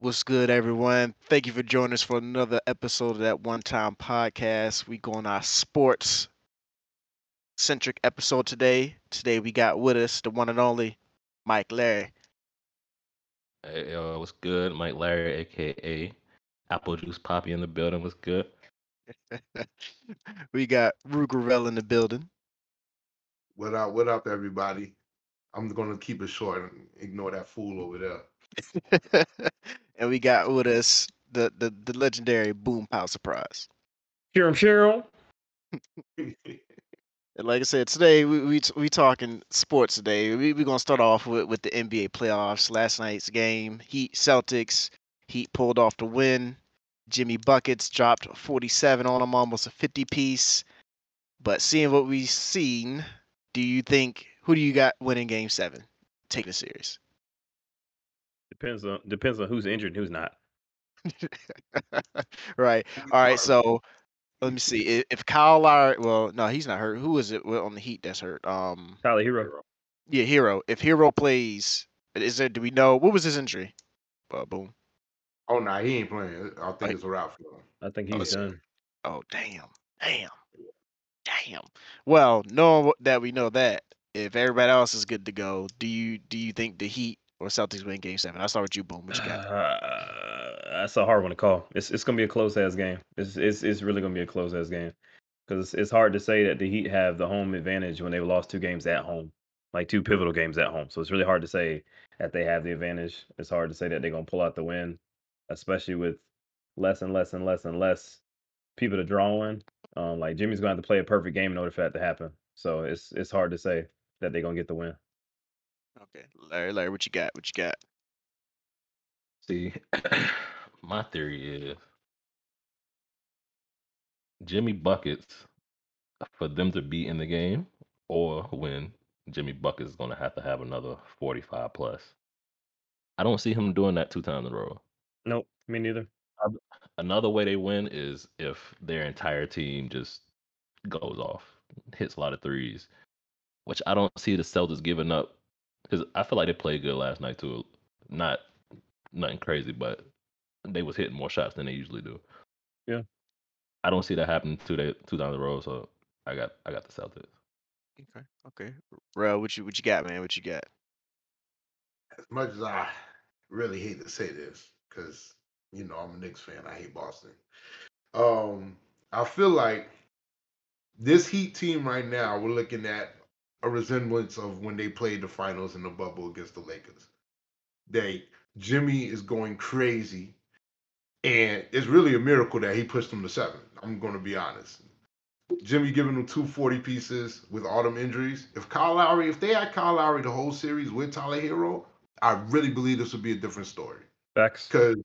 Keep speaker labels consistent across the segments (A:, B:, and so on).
A: What's good, everyone? Thank you for joining us for another episode of that One Time Podcast. We going our sports centric episode today. Today we got with us the one and only Mike Larry.
B: Hey, yo, what's good? Mike Larry, aka Apple Juice Poppy in the building. What's good?
A: we got Rugerell in the building.
C: What up? What up, everybody? I'm gonna keep it short and ignore that fool over there.
A: and we got with us the, the, the legendary Boom Pow Surprise.
D: Cheer him, Cheryl.
A: And like I said, today we we we talking sports today. We we gonna start off with, with the NBA playoffs. Last night's game, Heat Celtics. Heat pulled off the win. Jimmy buckets dropped 47 on them, almost a 50 piece. But seeing what we've seen, do you think who do you got winning Game Seven? Taking the series.
D: Depends on depends on who's injured and who's not.
A: right. All right. So let me see if- if Kyle Lowry. Well, no, he's not hurt. Who is it on the Heat that's hurt? Um,
D: Tyler Hero.
A: yeah, Hero. If Hero plays, is there? Do we know what was his injury? Uh, boom.
C: Oh no, he ain't playing. I think it's a wrap for him.
D: I think
A: Oh,
D: he's
A: so-
D: done.
A: Oh damn, damn, damn. Well, knowing what- that we know that, if everybody else is good to go, do you do you think the Heat or Celtics win Game Seven? I start with you, Boom. What you got?
D: Uh, that's a hard one to call. It's it's gonna be a close ass game. It's it's it's really gonna be a close ass game because it's, it's hard to say that the Heat have the home advantage when they've lost two games at home, like two pivotal games at home. So it's really hard to say that they have the advantage. It's hard to say that they're gonna pull out the win, especially with less and less and less and less people to draw on. Um, like Jimmy's gonna have to play a perfect game in order for that to happen. So it's it's hard to say that they're gonna get the win.
A: Okay, Larry, Larry, what you got? What you got?
B: See, my theory is Jimmy buckets for them to be in the game or win. Jimmy buckets is going to have to have another forty-five plus. I don't see him doing that two times in a row.
D: Nope, me neither.
B: Another way they win is if their entire team just goes off, hits a lot of threes, which I don't see the Celtics giving up because I feel like they played good last night too. Not nothing crazy, but they was hitting more shots than they usually do.
D: Yeah.
B: I don't see that happening two day, two down the road. So I got I got the Celtics.
A: Okay, okay. Bro, what you what you got, man? What you got?
C: As much as I really hate to say this, because you know I'm a Knicks fan, I hate Boston. Um, I feel like this Heat team right now, we're looking at a resemblance of when they played the finals in the bubble against the Lakers. They Jimmy is going crazy, and it's really a miracle that he pushed them to seven. I'm going to be honest. Jimmy giving them two forty pieces with all them injuries. If Kyle Lowry, if they had Kyle Lowry the whole series with Tyler Hero, I really believe this would be a different story.
D: Facts.
C: Because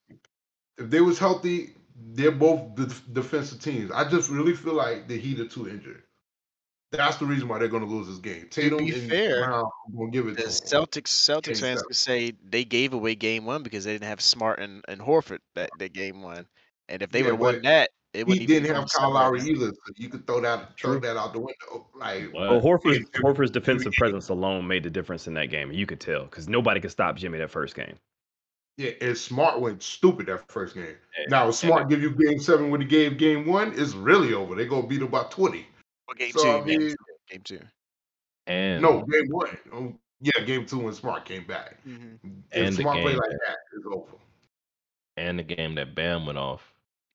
C: if they was healthy, they're both def- defensive teams. I just really feel like the Heat are too injured. That's the reason why they're going to lose this game. Tatum
A: be
C: and
A: fair,
C: Brown going to give it
A: The
C: to them.
A: Celtics Celtics
C: Game
A: fans
C: seven.
A: could say they gave away game one because they didn't have Smart and, and Horford that, that game one. And if they
C: Yeah,
A: would have won
C: but
A: that, it
C: he
A: wouldn't even
C: didn't
A: come
C: have
A: to
C: Kyle
A: seven right
C: Lowry
A: now.
C: either, so you could throw that
D: True.
C: throw that out the window. Like
B: But
D: Well, Horford's,
C: Jimmy-
D: Oh, Horford's defensive
C: Jimmy-
D: presence alone made the difference in that game. and You could tell because nobody could stop Jimmy that first game.
C: Yeah, and Smart went stupid that first game.
D: Yeah,
C: Now if Smart give you game seven when he gave game one, it's really over. They're gonna beat about twenty.
A: Well, game
C: So,
A: two,
C: I
A: game
C: mean-
A: two, game 2
B: and
C: No, game one. Oh, yeah, game two when Smart came back. If
B: And the
C: Smart play
B: game
C: like that, it's over.
B: and the game that Bam went off.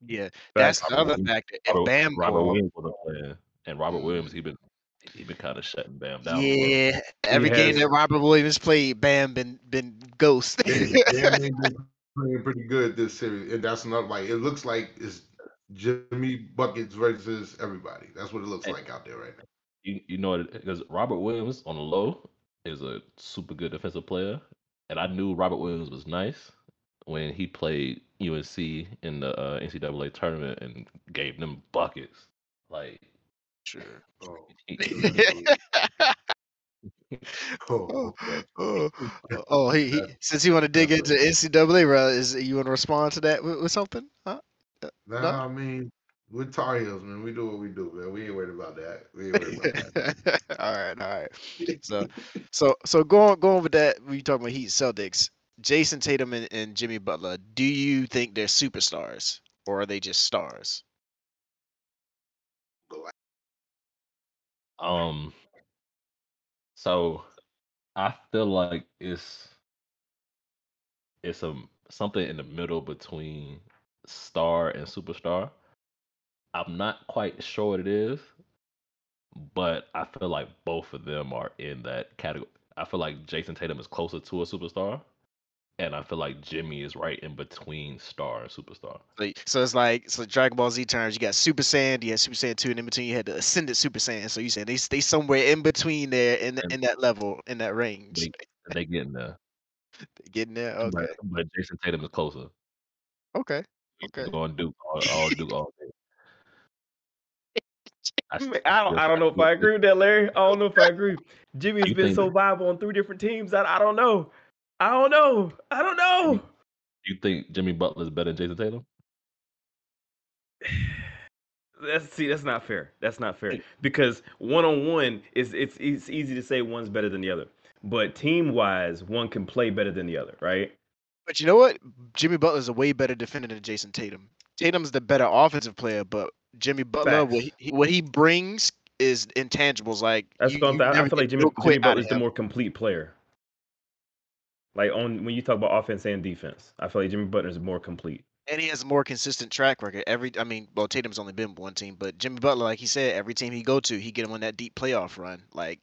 A: Yeah, that's
B: Robert
A: another
B: Williams-
A: factor. If
B: Robert-
A: Bam
B: Robert
A: go off-
B: Williams wasn't playing, and Robert Williams he been he been kind of shutting Bam down. a little.
A: Yeah, every
D: He
A: game
D: has.
A: that Robert Williams played, Bam been been ghost.
C: Damn, they've been playing pretty good this series, and that's another like it looks like it's Jimmy buckets versus everybody. That's what it looks
B: Hey.
C: like out there right now.
B: you, you know because Robert Williams on the low is a super good defensive player, and I knew Robert Williams was nice when he played UNC in the uh, NCAA tournament and gave them buckets. Like
A: Sure.
C: Oh,
B: he,
C: oh,
A: Oh,
C: okay.
A: oh, oh, he, he since you want to dig into
B: Definitely.
A: NCAA, bro, uh, is you want to respond to that with, with something? Huh?
C: Nah,
A: No?
C: I mean we're Tar Heels, man. We do what we do, man. We ain't worried about that. We ain't worried about that.
A: all right, all right. So, so, so going going with that, we talking about Heat Celtics. Jason Tatum and, and Jimmy Butler, do you think they're superstars or are they just stars?
B: Um, so I feel like it's it's a something in the middle between star and superstar. I'm not quite sure what it is, but I feel like both of them are in that category. I feel like Jason Tatum is closer to a superstar, and I feel like Jimmy is right in between star and superstar.
A: Like, so it's like so Dragon Ball Z terms. You got Super Saiyan, you had Super Saiyan two, and in between you had the Ascended Super Saiyan. So you said they they somewhere in between there, in in that level, in that range.
B: They, they getting there,
A: Getting there, okay,
B: but, but Jason Tatum is closer.
A: okay.
B: He's
A: Okay.
B: going Duke all, all Duke all day.
D: I don't, I don't know if I agree with that, Larry. I don't know if I agree. Jimmy's
B: You
D: been
B: think-
D: so viable on three different teams. I, I don't know. I don't know. I don't know.
B: You think Jimmy Butler is better than Jason Tatum?
D: That's see, that's not fair. That's not fair because one on one is it's it's easy to say one's better than the other, but team wise, one can play better than the other, right?
A: But you know what? Jimmy Butler's a way better defender than Jason Tatum. Tatum's the better offensive player, but Jimmy Butler, what
D: Facts.
A: he, what he brings is intangibles. Like
D: That's
A: you-
D: what I'm
A: you
D: saying. I
A: never
D: feel like
A: get
D: Jimmy,
A: real
D: Jimmy
A: quick out
D: Butler
A: of
D: is the
A: him.
D: more complete player. Like on when you talk about offense and defense, I feel like Jimmy Butler is more complete.
A: and he has a more consistent track record. Every, I mean, well, Tatum's only been one team, but Jimmy Butler, like he said, every team he go to, he get him on that deep playoff run. Like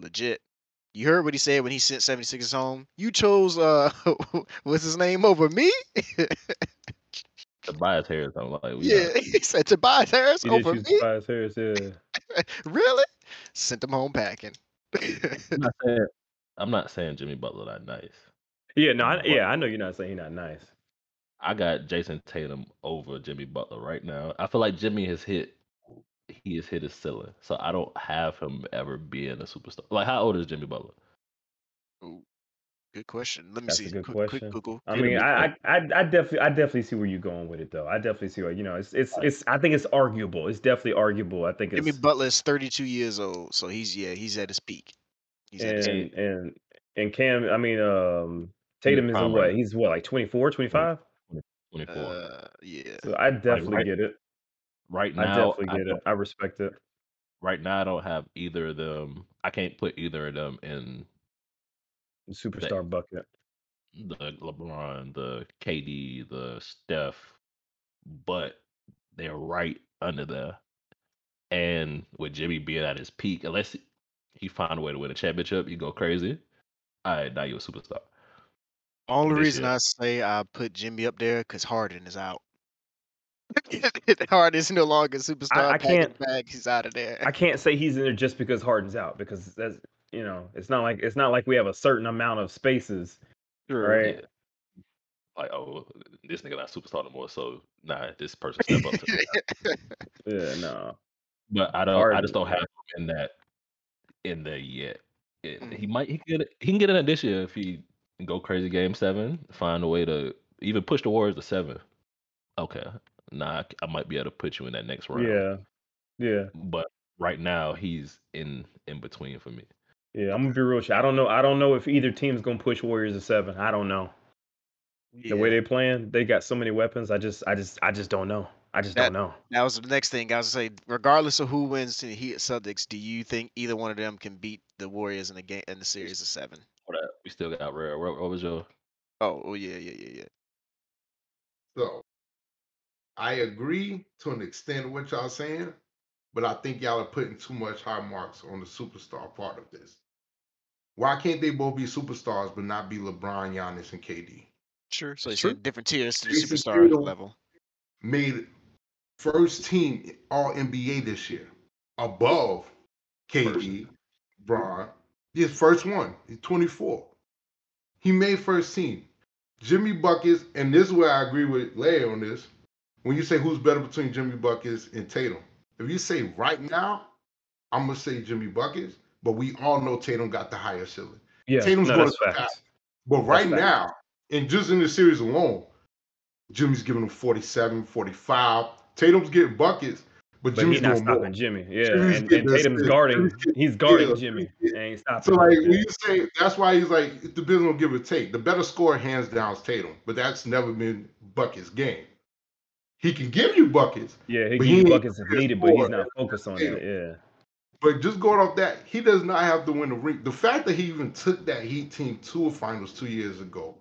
A: legit. You heard what he said when he sent 76ers home. You chose uh, what's his name over me?
B: Tobias Harris, I'm like, we
A: Yeah,
B: not-
A: he said Tobias Harris
D: He did
A: over
D: shoot
A: me.
D: Tobias Harris, yeah.
A: Really? Sent him home packing.
B: I'm not saying I'm not saying Jimmy Butler not nice.
D: Yeah, no, I,
B: But-
D: yeah, I know you're not saying he's not nice.
B: I got Jason Tatum over Jimmy Butler right now. I feel like Jimmy has hit he has hit his ceiling. So I don't have him ever being a superstar. Like how old is Jimmy Butler?
A: Good question. Let me
D: That's a
A: see.
D: good
A: quick, quick
D: question.
A: Google.
D: I
B: Tatum
D: mean,
B: is
D: I, I,
B: like-
D: I, I definitely, I definitely see where you're going with it, though. I definitely see where you know, it's, it's,
B: Right.
D: it's. I think it's arguable. It's definitely arguable. I think it's.
A: Jimmy Butler is 32 years old, so he's yeah, he's at his peak. He's at his
D: and and and Cam, I mean, um, Tatum is a
B: prime
D: what?
B: right now.
D: He's what, like 24, 25?
B: Twenty four.
A: uh, yeah.
D: So I definitely
B: right
D: get it.
B: right
D: I
B: now,
D: definitely
B: I
D: get it.
B: don't-
D: I respect it.
B: right now I don't have either of them. I can't put either of them in
D: Superstar bucket.
B: the LeBron, the KD, the Steph, but they're right under there. And with Jimmy being at his peak, unless he find a way to win a championship, you go crazy. All right, now you're a superstar.
A: Only
B: this
A: reason
B: year.
A: I say I put Jimmy up there because Harden is out. Harden is no longer a superstar.
D: I
A: Pack his
D: can't-
A: Bag, he's out of there.
D: I can't say he's in there just because Harden's out because that's you know, it's not like it's not like we have a certain amount of spaces, right?
B: Yeah. Like, oh, this nigga not a superstar no more, so nah, this person step up to me.
D: Yeah, no.
B: But I don't I just don't
D: Harden.
B: have him in that in there yet. It- he might he could he can get in there this year if he go crazy game seven, find a way to even push the Warriors to seven. Okay. Nah, I c- I might be able to put you in that next round.
D: Yeah, yeah,
B: But right now he's in in between for me.
D: yeah. I'm gonna be real. with you. I don't know. I don't know if either team's gonna push Warriors to seven. I don't know. The way
A: Yeah.
D: they playing, they got so many weapons. I just, I just, I just don't know. I just
A: That-
D: don't know.
A: that was the next thing I was gonna say. Regardless of who wins to the Heat or Celtics, do you think either one of them can beat the Warriors in the game in the series of seven?
B: Hold up, We still got rare. What, what was your
A: Oh, oh yeah, yeah, yeah, yeah.
C: So I agree to an extent what y'all saying, but I think y'all are putting too much high marks on the superstar part of this. Why can't they both be superstars but not be LeBron, Giannis, and KD?
A: Sure. So
D: It's
A: it's
D: true.
A: different tiers to the
C: Jason
A: superstar
C: Tatum.
A: level.
C: Made first team All NBA this year, above KD, Bron. His first one, he's 24. He made first team. Jimmy Buckets, and this is where I agree with Larry on this. When you say who's better between Jimmy Buckets and Tatum, if you say right now, I'm gonna say Jimmy Buckets, but we all know Tatum got the higher ceiling.
D: Yeah,
C: Tatum's
D: no,
C: gonna
D: that's
C: come
D: facts.
C: But right
D: fact.
C: now, and just in the series alone, Jimmy's giving him 47, 45. Tatum's getting buckets, But,
D: But
C: Jimmy's
D: he's not
C: going
D: stopping
C: more.
D: Jimmy. Yeah,
C: Jimmy's
D: and,
C: getting
D: and
C: that
D: Tatum's
C: stick.
D: guarding.
C: Jimmy's getting-
D: He's guarding
C: yeah.
D: Jimmy. And ain't stopping.
C: So like
D: him.
C: when you say that's why he's like it depends on give or take. The better scorer hands down is Tatum, but that's never been Bucket's game. He can give you buckets,
D: yeah, he
C: but
D: can
C: he
D: use
C: ain't
D: buckets if
C: gonna
D: needed, but he's
C: score.
D: not focused on it. Yeah.
C: but just going off that, he does not have to win the ring. The fact that he even took that Heat team to a finals two years ago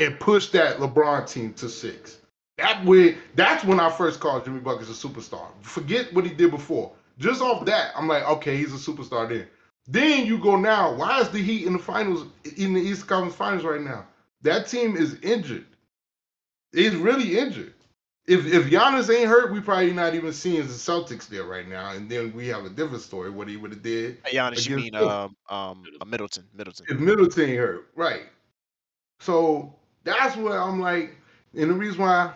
C: and pushed that LeBron team to six. That way, that's when I first called Jimmy Buckets a superstar. Forget what he did before. Just off that, I'm like, okay, he's a superstar then. Then you go now. Why is the Heat in the finals in the East Conference Finals right now? That team is injured. It's really injured. If if Giannis ain't hurt, we probably not even seeing the Celtics there right now. And then we have a different story. What he would have did
A: Hey, Giannis, you
C: Against
A: mean
C: who?
A: um um uh, Middleton, Middleton.
C: if Middleton ain't hurt, right? So that's what I'm like. And the reason why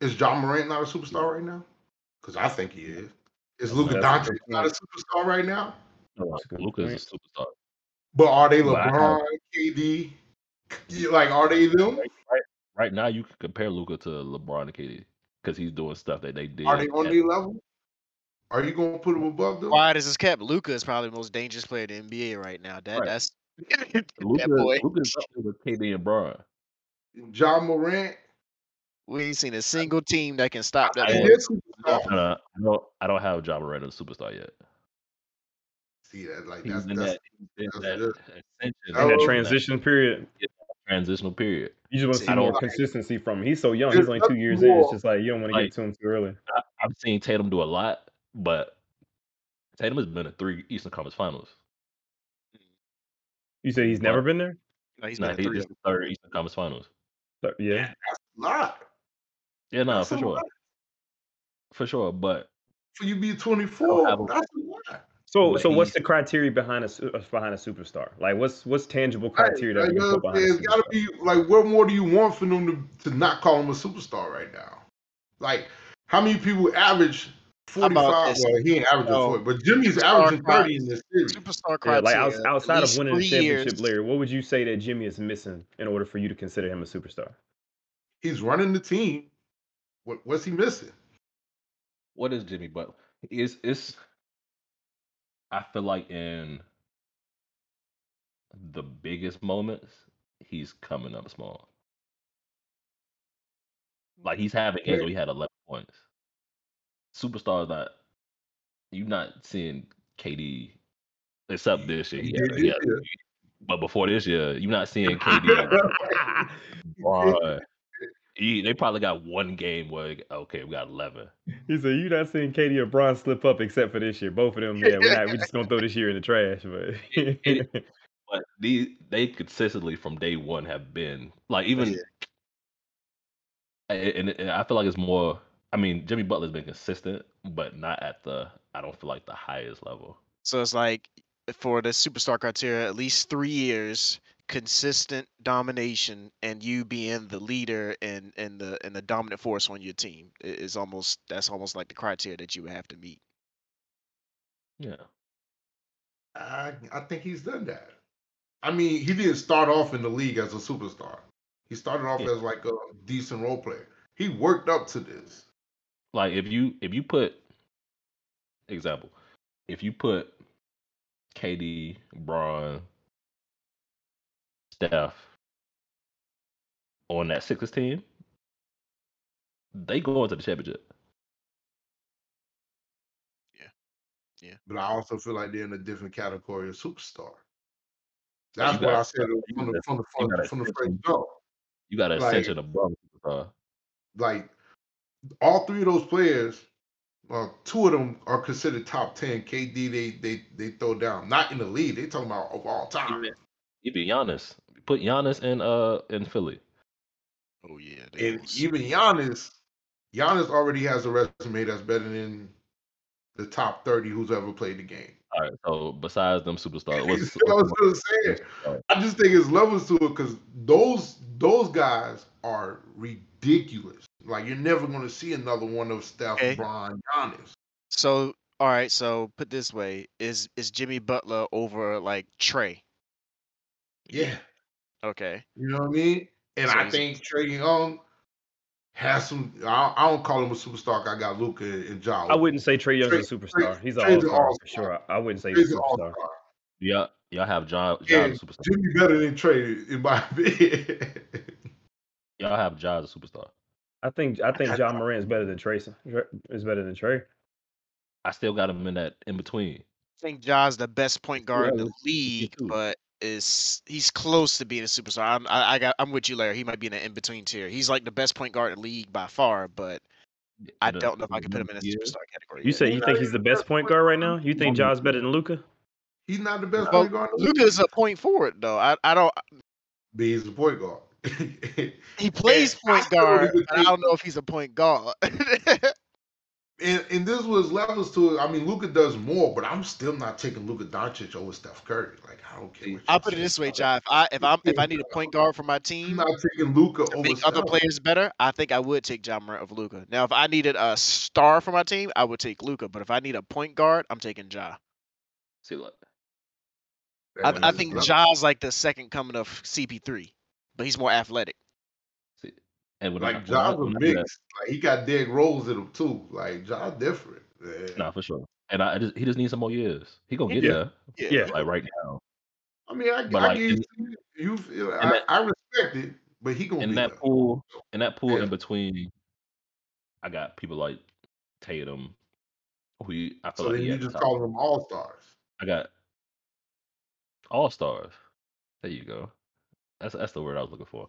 C: is John Morant not a superstar right now? Because I think he is. Is Luka
D: That's
C: Doncic
D: a good
C: not a superstar right now?
D: That's a good
B: Luca
D: point.
B: is a superstar.
C: But are they
D: But I-
C: LeBron, KD? You- Like, are they them?
B: Right now, you can compare Luca to LeBron and KD because he's doing stuff that they did.
C: Are they on
B: at-
C: their level? Are you gonna put them above them?
A: Why does this cap? Luca is probably the most dangerous player in the NBA right now. That
B: Right.
A: that's
B: Luka,
A: that boy.
B: Luka's up there with KD and Bron.
C: John Morant.
A: We ain't seen a single team that can stop that
B: I-
A: boy.
C: And this is-
B: No, no, no, I don't. I don't have John Morant as a superstar yet.
C: See that? Like
B: He's
C: that's,
B: in
C: that's
B: that, in
C: that's
B: that,
C: good.
B: ascension,
C: Oh,
D: In that
C: okay.
D: transition period,
B: transitional period.
D: you just want to
A: See,
D: see
A: I
D: more
B: don't-
D: consistency from him. He's so young.
C: There's
D: He's only two
C: nothing
D: years in. It's
C: more-
D: just like you don't want to get to him too early.
B: I, I've seen Tatum do a lot, but Tatum has been in three Eastern Conference Finals.
D: You say he's never been there?
A: No, he's
B: Nah,
A: been
B: he-
A: in three.
B: this
A: of
B: is the third Eastern Conference Finals.
D: But, Yeah.
C: a lot.
B: Yeah, no,
C: That's
B: for
C: a
B: sure,
C: lot.
B: for sure. But
C: For you be
B: I don't have
C: 24,
B: a-
C: that's a lot.
D: So
B: But
D: so what's
B: he's-
D: the criteria behind a su- uh, behind a superstar? Like what's what's tangible
C: Right,
D: criteria
C: like,
D: that we can
C: uh,
D: put behind?
C: It's
D: a
C: got to
D: superstar?
C: be like, what more do you want for them to, to not call him a superstar right now? Like, how many people average
A: about
C: 45? Well,
A: this?
C: he ain't averaging
A: No.
C: 40, but Jimmy's
A: Superstar
C: averaging
A: crop.
C: 30 in
A: them.
C: this series.
A: Superstar
D: Yeah,
A: criteria.
D: like outs-
A: at
D: outside of
A: least
D: winning the
A: three
D: championship,
A: years.
D: Larry, what would you say that Jimmy is missing in order for you to consider him a superstar?
C: He's running the team. What, what's he missing?
B: what is Jimmy Butler? Is it's I feel like in the biggest moments, he's coming up small. Like he's having games where he had eleven points. Superstars not you're not seeing KD except this year. He had, he had-
C: Yeah.
B: but before this year, you're not seeing KD. LeBron. He- they probably got one game where okay, we got eleven.
D: He said, "You're not seeing Katie or Bron slip up except for this year. Both of them, yeah, we're not. We're just gonna throw this year in the trash." But
B: But these they consistently from day one have been like even, and, and- and I feel like it's more. I mean, Jimmy Butler's been consistent, but not at the. I don't feel like the highest level.
A: So it's like for the superstar criteria, at least three years consistent domination and you being the leader and and the and the dominant force on your team i- is almost that's almost like the criteria that you would have to meet.
B: Yeah,
C: I, I think he's done that. I mean, he didn't start off in the league as a superstar. He started off
B: Yeah.
C: as like a decent role player. He worked up to this.
B: like if you if you put example, if you put KD, Braun, Steph on that Sixers team, they go into the championship.
C: but I also feel like they're in a different category of superstar.
B: Yeah, you
C: That's what
B: gotta-
C: I said
B: you
C: from the
B: gotta-
C: from the,
B: you
C: from, the-
B: gotta
C: from the
B: accept
C: first
B: them.
C: go.
B: You got an
C: Like-
B: ascension above. Uh,
C: Like all three of those players, well, two of them are considered top ten. KD they they they throw down, not in the lead. They talking about of all time.
B: It'd be Giannis. Put Giannis in uh in Philly.
A: Oh yeah. they
C: And
A: was-
C: even Giannis, Giannis already has a resume that's better than the top thirty who's ever played the game.
B: All right. So besides them superstars, Uh, what's,
C: That's what I
B: what's-
C: was just saying. I just think it's levels to it because those those guys are ridiculous. Like you're never gonna see another one of Steph,
D: Eh.
A: Okay.
C: Bron, Giannis.
A: So all right, so put this way, is is Jimmy Butler over like Trey?
C: Yeah,
A: Okay.
C: you know what I mean. And
A: So
C: I
A: he's-
C: think Trey Young has some. I, I don't call him a superstar. I got Luca and John.
D: I wouldn't say Trey Young's a superstar. He's an
C: Trey's an
D: all-star for
C: all-star.
D: sure. I I wouldn't say he's
C: Trey's
D: a
C: an
D: superstar.
C: all-star.
B: Yeah, y'all have John,
C: Yeah,
B: John as a superstar.
C: Jimmy better than Trey in my opinion.
B: Y'all have John as a superstar.
D: I think I think John Morant is better than Trey. Is better than Trey.
B: I still got him in that in between.
A: think Ja's the best point guard in the
B: others.
A: league,
B: two.
A: but is he's close to being a superstar. I'm, I, I got, I'm with you, Larry. He might be in the in between tier. He's like the best point guard in the league by far, but uh, I
B: The-
A: don't know if I can put him in a
B: yeah.
A: superstar category.
D: You say you think he's the best point guard right now? You think John's better than Luca?
C: He's not the best
A: Well,
C: point guard. in the league.
A: Luca's a point forward though. I, I don't.
C: But he's the point guard.
A: He plays
C: I
A: point
C: still don't
A: guard,
C: even
A: but Eh, I
C: think-
A: don't know if he's a point guard.
C: and and this was levels to it. I mean, Luca does more, but I'm still not taking Luca Doncic over Steph Curry. Like I don't care. what
A: I'll
C: you
A: put it
C: say.
A: this way, Ja. If I if I'm if I need a point guard for my
C: I'm
A: team
C: not taking Luca
A: to
C: over
A: make
C: Steph.
A: other players better, I think I would take John Morant over Luca. Now, if I needed a star for my team, I would take Luca. But if I need a point guard, I'm taking Ja.
B: See, look,
A: I,
C: And
A: I
C: it's
A: think
C: level-
A: Ja's like the second coming of CP3, but he's more athletic.
B: see, and when I,
C: like
B: when I-
C: Ja's a
B: when I do
C: mix. Like he got Derrick Rose in him too. Like Ja different. man.
B: that- nah, for sure. And I I just he just needs some more years. He gonna get
D: Yeah.
B: there.
A: Yeah.
D: Yeah.
B: Like right now,
C: I mean, I,
B: But,
C: I
B: like,
C: give
B: in-
C: you, you feel,
B: in
C: I,
B: that-
C: I respect it, but he gonna
B: in
C: be
B: that
C: there.
B: pool, in that pool
C: Yeah.
B: in between, I got people like Tatum, who he- I feel
C: So
B: like
C: then
B: he
C: you
B: at the
C: just
B: top.
C: call them all stars.
B: I got all stars. There you go. That's that's the word I was looking for.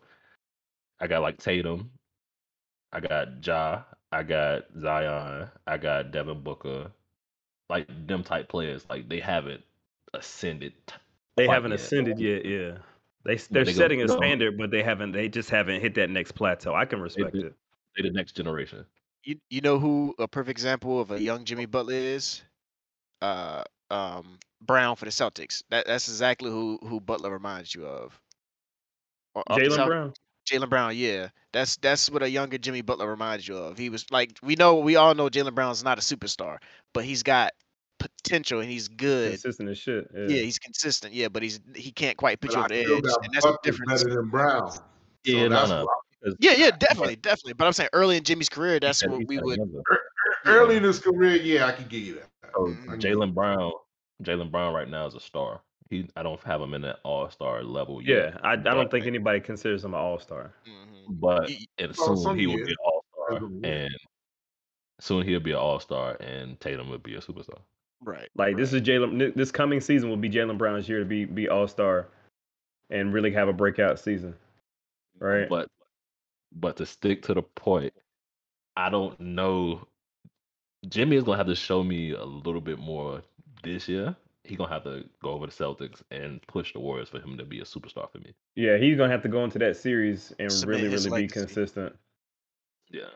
B: I got like Tatum. I got Ja. I got Zion. I got Devin Booker. Like them type players. Like they haven't ascended. t-
D: They
B: Quite
D: haven't
B: yet.
D: ascended yet. Yeah, they s- they're
B: they go-
D: setting a
B: no.
D: standard, but they haven't. They just haven't hit that next plateau. I can respect
B: do.
D: it.
B: They the next generation.
A: You you know who a perfect example of a young Jimmy Butler is? Uh, um, Brown for the Celtics. That that's exactly who who Butler reminds you of. Or- of the
D: Jalen
A: Celt-
D: Brown.
A: Jalen Brown, yeah. That's that's what a younger Jimmy Butler reminds you of. He was like we know we all know Jalen Brown's not a superstar, but he's got potential and he's good.
D: Consistent as shit. Yeah.
A: Yeah, he's consistent. Yeah, but he's he can't quite put
C: But
A: you
C: I
A: on the
C: still
A: edge,
C: got
A: and that's the
C: Buck is
A: difference.
C: better than Brown. So
B: Yeah, no,
C: that's
B: no.
C: why-
A: Yeah, yeah, definitely, definitely. But I'm saying early in Jimmy's career, that's
B: Because
A: what
B: he's
A: we
B: that
A: would.
B: younger.
C: Early in his career, yeah, I can give you that.
B: So
C: Mm.
B: Jalen Brown, Jalen Brown right now is a star. He, I don't have him in that all star level yet.
D: Yeah, I, I don't think anybody considers him an all star.
A: Mhm.
B: but
A: Y-
B: and
C: Well,
B: soon
C: some
B: he will be
C: years,
B: an all star,
C: doesn't mean-
B: and soon he'll be an all star, and Tatum will be a superstar.
A: Right.
D: Like this is Jalen. thi- This coming season will be Jalen Brown's year to be be all star, and really have a breakout season. Right.
B: But but to stick to the point, I don't know. Jimmy is gonna have to show me a little bit more this year. He's gonna have to go over the Celtics and push the Warriors for him to be a superstar for me.
D: Yeah, he's gonna have to go into that series and
A: Submit
D: really,
A: his
D: really be
A: legacy.
D: consistent
B: Yeah.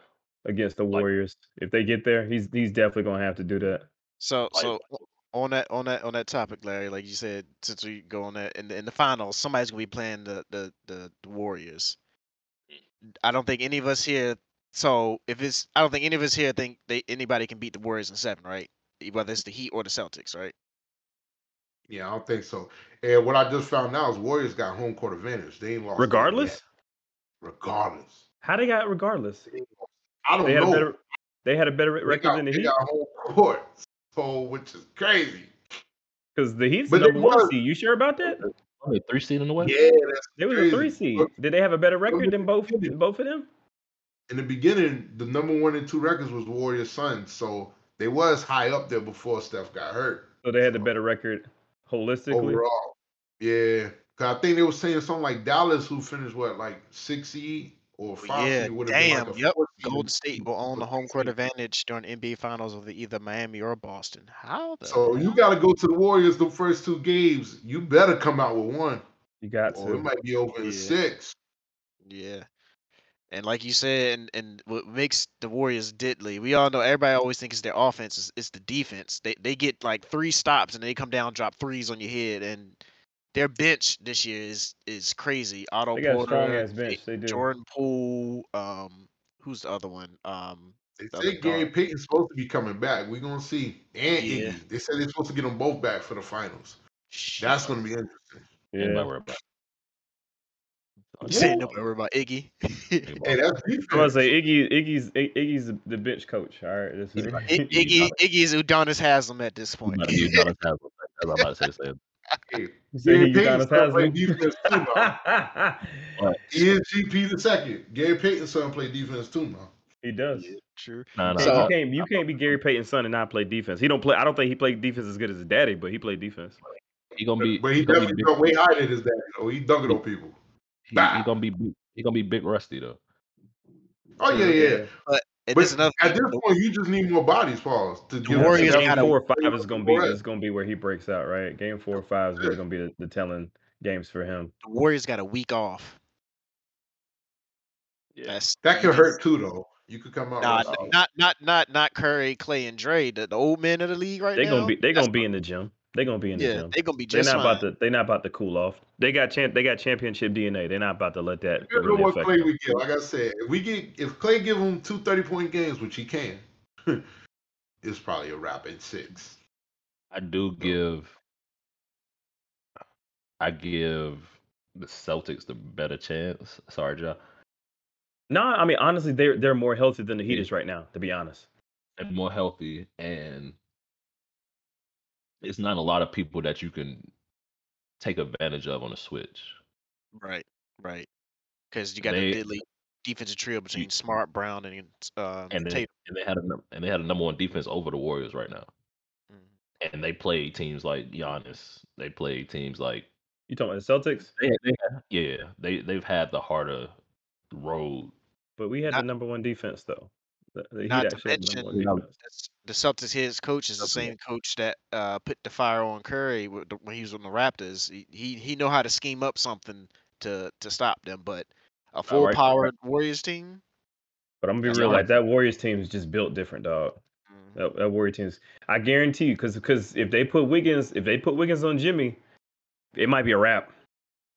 D: against the Warriors. If they get there, he's he's definitely gonna have to do that.
A: So
B: Like-
A: so o- on that on that on that topic, Larry, like you said, since we go on that in the, in the finals, somebody's gonna be playing the the the, the Warriors. I don't think any of us here. So if it's, I don't think any of us here think they anybody can beat the Warriors in seven, right? E- Whether it's the Heat or the Celtics, right?
C: Yeah, I don't think so. And what I just found out is Warriors got home court advantage. They ain't lost. nothing
D: Regardless,
C: yet. regardless.
D: how they got regardless,
C: I don't
D: they had a
C: know.
D: better they had a better
C: They
D: record
C: got,
D: than the
C: they
D: Heat
C: got home court, so which is crazy.
D: because the Heat's the
C: But they
D: number one
C: won.
D: seed. You sure about that?
B: Only three seed in the West.
C: Yeah, that's
D: They was a three
C: Crazy.
D: seed.
C: Look-
D: Did they have a better record
C: at
D: than both
C: Jimmy.
D: both of them?
C: in the beginning, the number one and two records was Warriors Suns, so they was high up there before Steph got hurt
D: So they had the
C: So-
D: better record holistically.
C: overall. Yeah, 'Cause I think they were saying something like Dallas, who finished what like six seed or
A: Well,
C: five
A: yeah,
C: seed, would
A: damn,
C: been like a
A: yep,
C: four seed.
A: Golden State will own the
C: But
A: home court
C: they-
A: advantage during NBA Finals with either Miami or Boston. How the
C: So you
A: hell?
C: got to go to the Warriors the first two games. You better come out with one,
D: You got
C: or it
D: to.
C: Oh, might be over
A: Yeah.
C: in six.
A: Yeah. And like you said, and, and what makes the Warriors diddly, we all know everybody always thinks it's their offense, it's, it's the defense. They they get like three stops and they come down, drop threes on your head, and their bench this year is is crazy. Otto
D: They got a
A: Porter,
C: uh,
D: strong ass
A: J-
D: bench. They do.
A: Jordan Poole, um, who's the other one? Um,
C: They
A: That
C: say
A: was
C: Gary
A: dog.
C: Payton's supposed to be coming back. We're gonna see. And
A: Yeah.
C: Iggy. They said they're supposed to get them both back for the finals.
A: shit,
C: That's gonna be interesting.
B: Ain't nobody
D: Yeah.
B: worried about it.
A: You said November about Iggy. I-
C: Hey, that's
D: I'm gonna
C: defense.
D: say Iggy, Iggy's, I- Iggy's the- the bench coach. All right, this is
B: Yeah.
A: Iggy Iggy's Udonis Haslam at this point.
B: Not a huge amount of time, but That's what I'm about to say. Sam.
C: Hey,
D: You say
C: Gary
D: he
C: Payton
D: Udonis
C: still play
D: Haslam?
C: defense too, man. He is GP the second. Gary Payton's son play defense too, man.
D: he does.
A: Yeah, true.
B: Nah, nah,
D: Hey,
A: So-
D: you can't you can't be Gary Payton's son and not play defense. He don't play. I don't think he played defense as good as his daddy, but he played defense.
B: he gonna be.
C: But he
B: gonna be
C: definitely
B: big-
C: jumped way higher than his dad. Oh, he dunking on people.
B: he, he gonna be. Big, he gonna be big rusty though.
C: Oh yeah, yeah.
A: And
C: But
A: this is another
C: at this point, you just need more bodies, Pauls, to give
A: Warriors
C: him-
D: game
A: gotta-
D: four or five is gonna be
C: Correct.
D: is gonna be where he breaks out, right? Game four or five is really gonna be the, the telling games for him.
A: the Warriors got a week off. That's
C: That could hurt too, though. You could come out.
A: Nah,
C: with-
A: not not not not Curry, Clay, and Dre, the, the old men of the league right
D: They're
A: now.
D: gonna be they're
A: That's-
D: gonna be in the gym. They're gonna be in the
A: yeah,
D: gym.
A: they're gonna be
D: They're
A: just
D: not
A: fine.
D: about to they're not about to cool off. They got champ they got championship DNA. They're not about to let that
C: You know
D: really
C: what
D: affect
C: Clay
D: them.
C: we get. Like I said, if we get if Clay give him two 30 point games, which he can, it's probably a wrap at six.
B: I do give. I give the Celtics the better chance. Sorry, Ja.
D: No, I mean honestly, they're they're more healthy than the Heat
B: Yeah.
D: is right now. To be honest,
B: and more healthy and it's not a lot of people that you can take advantage of on a switch.
A: Right, right. Because you got
B: They-
A: a deadly defensive trio between Smart, Brown, and uh,
B: And they,
A: Tatum.
B: and they had a num- and they had a number one defense over the Warriors right now.
A: Mhm.
B: And they played teams like Giannis. They played teams like
D: you talking about the Celtics,
B: they, they, yeah, they they've had the harder road.
D: but we had the
A: Not-
D: number one defense though. The, the Heat
A: Not to
D: actually had the number
B: mention-
D: one defense.
A: That's- The Celtics' his coach is the
B: Celtics.
A: same coach that uh, put the fire on Curry with the- when he was on the Raptors. He he, he know how to scheme up something to to stop them, but a full
D: right.
A: powered Warriors team.
D: But I'm gonna be
B: That's
D: real,
B: not-
D: like that Warriors team is just built different, dog.
A: Mhm.
D: That, that Warrior team's. I guarantee you, because because if they put Wiggins, if they put Wiggins on Jimmy, it might be a wrap.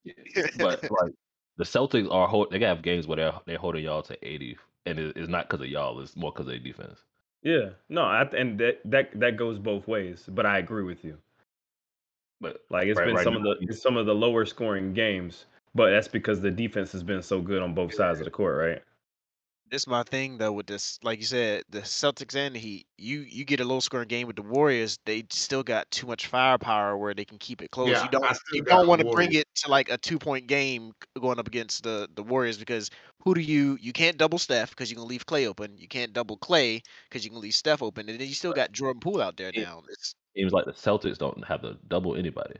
A: Mm.
B: But like the Celtics are hold, they have games where they're they're holding y'all to 80 and it, it's not cuz of y'all, it's more cuz of their defense.
D: Yeah, no, I, and that that that goes both ways. But I agree with you.
B: But
D: Like it's
B: Right,
D: been
B: right
D: some
B: now.
D: of the it's some of the lower scoring games, but that's because the defense has been so good on both sides of the court, right?
A: This my thing though with this, like you said, the Celtics and the Heat. You you get a low scoring game with the Warriors, they still got too much firepower where they can keep it close.
C: Yeah,
A: you don't
C: I still
A: you
C: got
A: don't
C: the
A: want to bring
C: Warriors.
A: it to like a two point game c- going up against the the Warriors because who do you you can't double Steph because you can leave Clay open. You can't double Clay because you can leave Steph open, and then you still got Jordan Poole out there
B: Yeah.
A: now. It's
B: teams like the Celtics don't have to double anybody.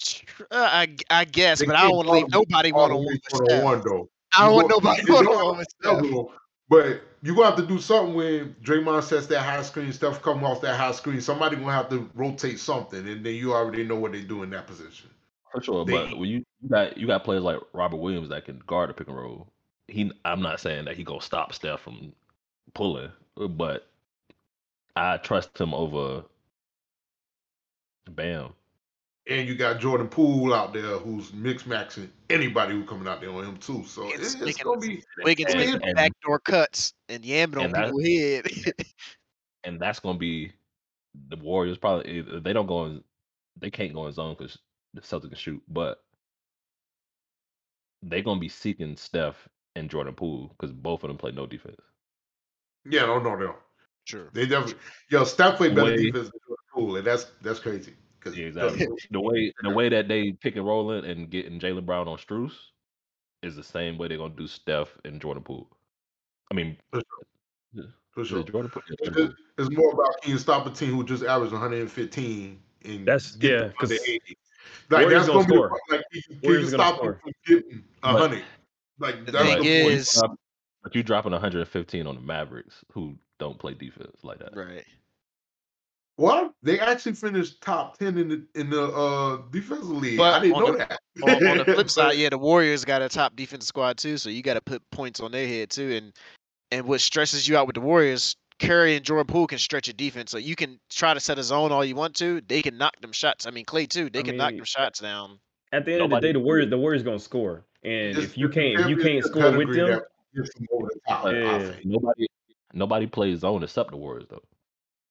A: tr- uh, I g- I guess,
C: They
A: but I
C: can't
A: don't want to leave
C: double
A: nobody
C: All
A: one
C: the
A: on one
C: way one
A: with
C: on
A: Steph.
C: one though.
A: I don't
C: You
A: want
C: go-
A: nobody
C: you
A: one
C: don't
A: on one with
C: double
A: Steph.
C: them. But you gonna have to do something when Draymond sets that high screen stuff come off that high screen. Somebody gonna have to rotate something, and then you already know what they do in that position.
B: For sure,
C: They-
B: but when you, you got you got players like Robert Williams that can guard a pick and roll. He, I'm not saying that he gonna stop Steph from pulling, but I trust him over Bam.
C: And you got Jordan Poole out there who's mix maxing anybody who coming out there on him too. So
A: It's
C: it's, it's gonna be
A: Wiggins
B: and,
A: taking
B: and,
A: backdoor cuts and yamming on
B: and that-
A: people's head.
B: and that's gonna be the Warriors. Probably if- if they don't go in, they can't go in zone because the Celtics can shoot, but they're gonna be seeking Steph and Jordan Poole because both of them play no defense.
C: yeah, oh, no, no, no.
A: sure.
C: They definitely yo Steph played better
B: Way-
C: defense than Jordan Poole, and that's that's crazy. 'Cause
B: Yeah, exactly.
C: Jordan
B: the way the way that they pick and roll it and getting Jalen Brown on Struce is the same way they're gonna do Steph and Jordan Poole. I mean,
C: Poole, for
B: is
C: sure.
B: it Jordan Poole. Yeah,
C: It's,
B: Jordan Poole.
C: it's more about can you stop a team who just averaged 115 and
D: That's-
C: get
D: yeah,
C: them
D: 'cause
C: under 80. Like that's
D: Warriors gonna
C: gonna, be the
D: score.
C: point, like can you, can you
D: Warriors gonna
C: stop them
D: score.
C: from getting
B: But-
C: 100? Like
A: The
C: that's
A: thing
C: the point.
A: is,
B: Drop- But you dropping 115 on the Mavericks who don't play defense like that.
A: right.
C: Well, they actually finished top 10 in the in the uh defensive league.
A: But
C: I didn't
A: on
C: know
A: the-
C: that.
A: on, on the flip
C: But-
A: side, yeah, the Warriors got a top defensive squad too, so you got to put points on their head too. And and what stresses you out with the Warriors, Curry and Jordan Poole can stretch your defense. So you can try to set a zone all you want to. They can knock them shots. I mean, Clay too. They
D: I
A: can knock
D: mean-
A: them shots down.
D: At the end
B: Nobody-
D: of the day, the Warriors the Warriors gonna score, and
C: It's
D: if you
C: the
D: can't if you can't
C: championship
D: score with
C: pedigree
D: them,
C: that gets them over the top,
D: Yeah.
C: I think.
B: Nobody nobody plays zone except the Warriors though.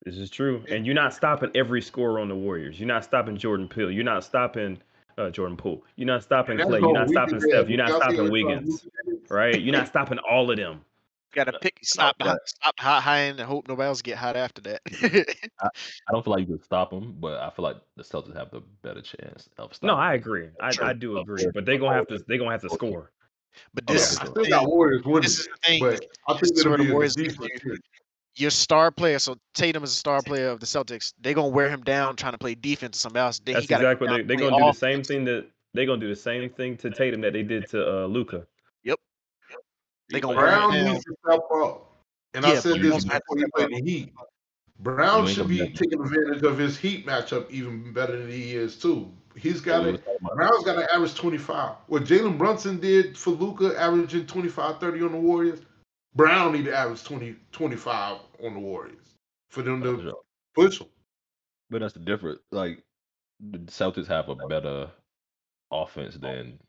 D: This is true. And you're not stopping every scorer on the Warriors. You're not stopping Jordan Peele. You're not stopping uh, Jordan Poole. You're not stopping
C: That's
D: Clay.
C: what
D: You're not
C: we
D: stopping
C: did.
D: Steph. You're not
C: Y'all see
D: stopping
C: what y'all
D: Wiggins,
C: did?
D: right? You're not stopping all of them.
A: Got to pick, stop, the
D: but-
A: hot, stop the hot high end, and hope nobody else get hot after that.
B: I don't feel like you could stop them, but I feel like the Celtics have the better chance of stopping.
D: No, I agree. I,
A: Sure.
D: I do agree, but they're gonna have to. They're gonna have to score.
A: but
B: Oh,
C: Yeah, I
A: this is the
C: still
A: thing.
C: got Warriors winning,
A: This is the thing.
C: but I
A: this
C: think
A: is
C: it'll
A: where the
C: be a
A: Warriors get
C: decent.
A: you. your star player, so Tatum is a star player of the Celtics. They're gonna wear him down trying to play defense or something else. Then
D: That's
A: he gotta
D: exactly
A: come
D: what they,
A: down
D: they're
A: and play
D: gonna do. The
A: offense.
D: same thing that they're gonna do the same thing to Tatum that they did to uh, Luca.
A: They gonna wear him
C: Brown
A: down.
C: needs to step up. And I
A: Yeah,
C: said
B: but
C: this
B: you-
C: before he played the Heat. Brown
B: You ain't
C: should
B: gonna
C: be
B: be-
C: taking advantage of his Heat matchup even better than he is too. He's got
B: So
C: it.
B: it's like my-
C: Brown's got an average 25. What Jalen Brunson did for Luca, averaging 25, 30 on the Warriors, Brown need to average 20, 25 on the Warriors for them to push him.
B: But that's the difference. Like the Celtics have a better offense than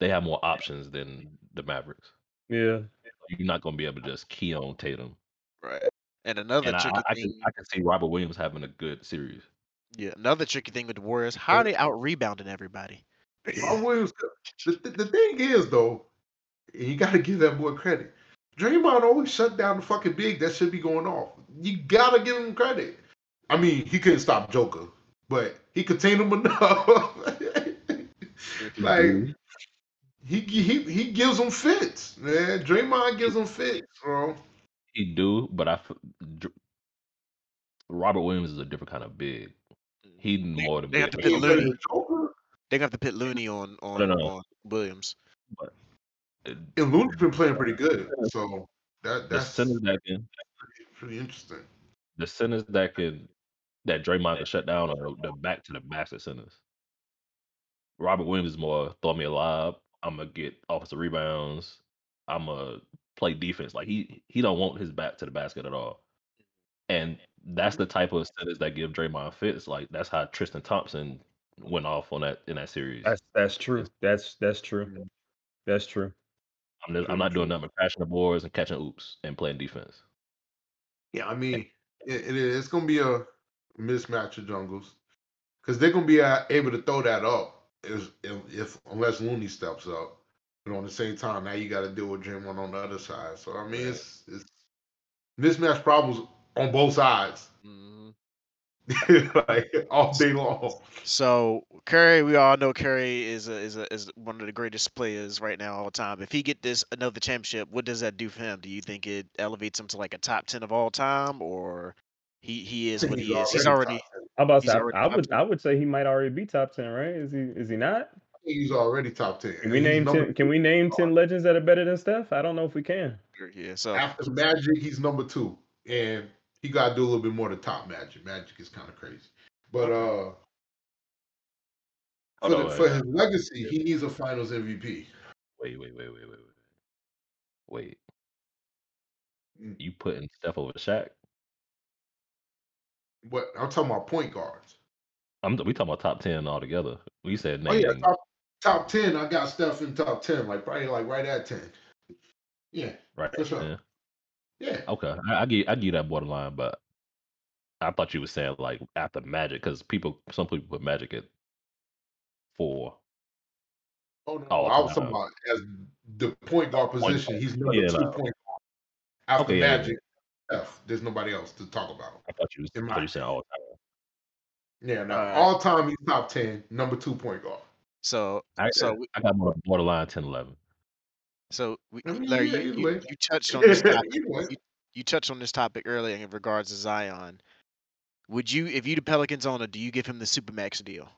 B: they have more options than the Mavericks.
D: Yeah,
B: You're not gonna be able to just key on Tatum.
A: Right. And another
B: And I,
A: tricky
B: I, I
A: thing.
B: can I can see Robert Williams having a good series.
A: yeah, another tricky thing with the Warriors. How are they out rebounding everybody?
C: Robert Williams, the, the, the thing is though, and you got to give that boy credit. Draymond always shut down the fucking big that should be going off. You gotta give him credit. I mean, he couldn't stop Joker, but he contained him enough. like he he he gives him fits, man. Draymond gives him fits, bro.
B: He do, but I f- Dr- Robert Williams is a different kind of big. He more to
A: they
B: be
A: have to
B: a-
A: Pit Looney.
C: Joker
A: They're gonna have to pit Looney on on,
B: no, no.
A: on Williams.
C: and Looney's been playing pretty good, so that
B: the
C: that's
B: centers that can
C: pretty interesting.
B: the centers that can that Draymond can shut down are the back to the basket centers. Robert Williams is more throw me alive. I'm gonna get offensive rebounds. I'm gonna play defense. Like he he don't want his back to the basket at all. And that's the type of centers that give Draymond fits. Like that's how Tristan Thompson went off on that in that series.
D: that's that's true. That's that's true. That's true.
B: I'm, just- I'm not doing nothing but crashing the boards and catching oops and playing defense.
C: Yeah, I mean, it, it is. It's gonna be a mismatch of jungles because they're gonna be uh, able to throw that up if, if, if unless Looney steps up. But on the same time, now you got to deal with Draymond on the other side. So I mean, it's it's mismatch problems on both sides,
A: Mhm.
C: like all day long.
A: So Curry, we all know Curry is a, is a, is one of the greatest players right now all time. If he get this another championship, what does that do for him? Do you think it elevates him to like a top ten of all time, or he he is what he is? He's already
C: top 10.
D: How about
A: He's
D: that?
A: already
D: I
A: top
D: would I would say he might already be top ten, right? Is he is he not?
C: I think He's already top ten.
D: Can we
C: He's
D: name
C: number
D: ten, can we name ten legends that are better than Steph? I don't know if we can.
A: yeah. So
C: After Magic, he's number two, and he got to do a little bit more to top Magic. Magic is kind of crazy, but uh, for,
B: Hold
C: the,
B: on, wait,
C: for his legacy, he needs a Finals MVP.
B: wait, wait, wait, wait, wait, wait,
C: Mm.
B: wait. You putting Steph over Shaq?
C: What I'm talking about point guards.
B: I'm we talking about top ten altogether. We said
C: Oh yeah,
B: naming.
C: top, top ten. I got Steph in top ten, like probably like right at ten. Yeah,
B: Right.
C: For sure.
B: yeah.
C: yeah.
B: Okay. I, I get I get that borderline, but I thought you were saying like after Magic because people some people put Magic at four.
C: Oh no,
B: Oh,
C: I was talking
B: no.
C: about as the point guard
B: Point
C: position.
B: guard.
C: He's number
B: Yeah,
C: two
B: no.
C: point guard. After
B: Okay, yeah, yeah,
C: Magic, Steph. There's nobody else to talk about.
B: I thought you was,
C: In
B: I
C: my-
B: thought you were saying all time.
C: Yeah, no.
A: Alright.
C: All time he's top ten, number two point guard.
A: so
B: I,
A: So
B: so
A: we-
B: I got more borderline 10, 11.
A: so we,
C: I mean,
A: Larry,
C: yeah,
A: you,
C: either
A: you,
C: way.
A: you touched on this topic.
C: Either way.
A: you, you touched on this topic earlier in regards to Zion. Would you, if you the Pelicans owner, do you give him the supermax deal?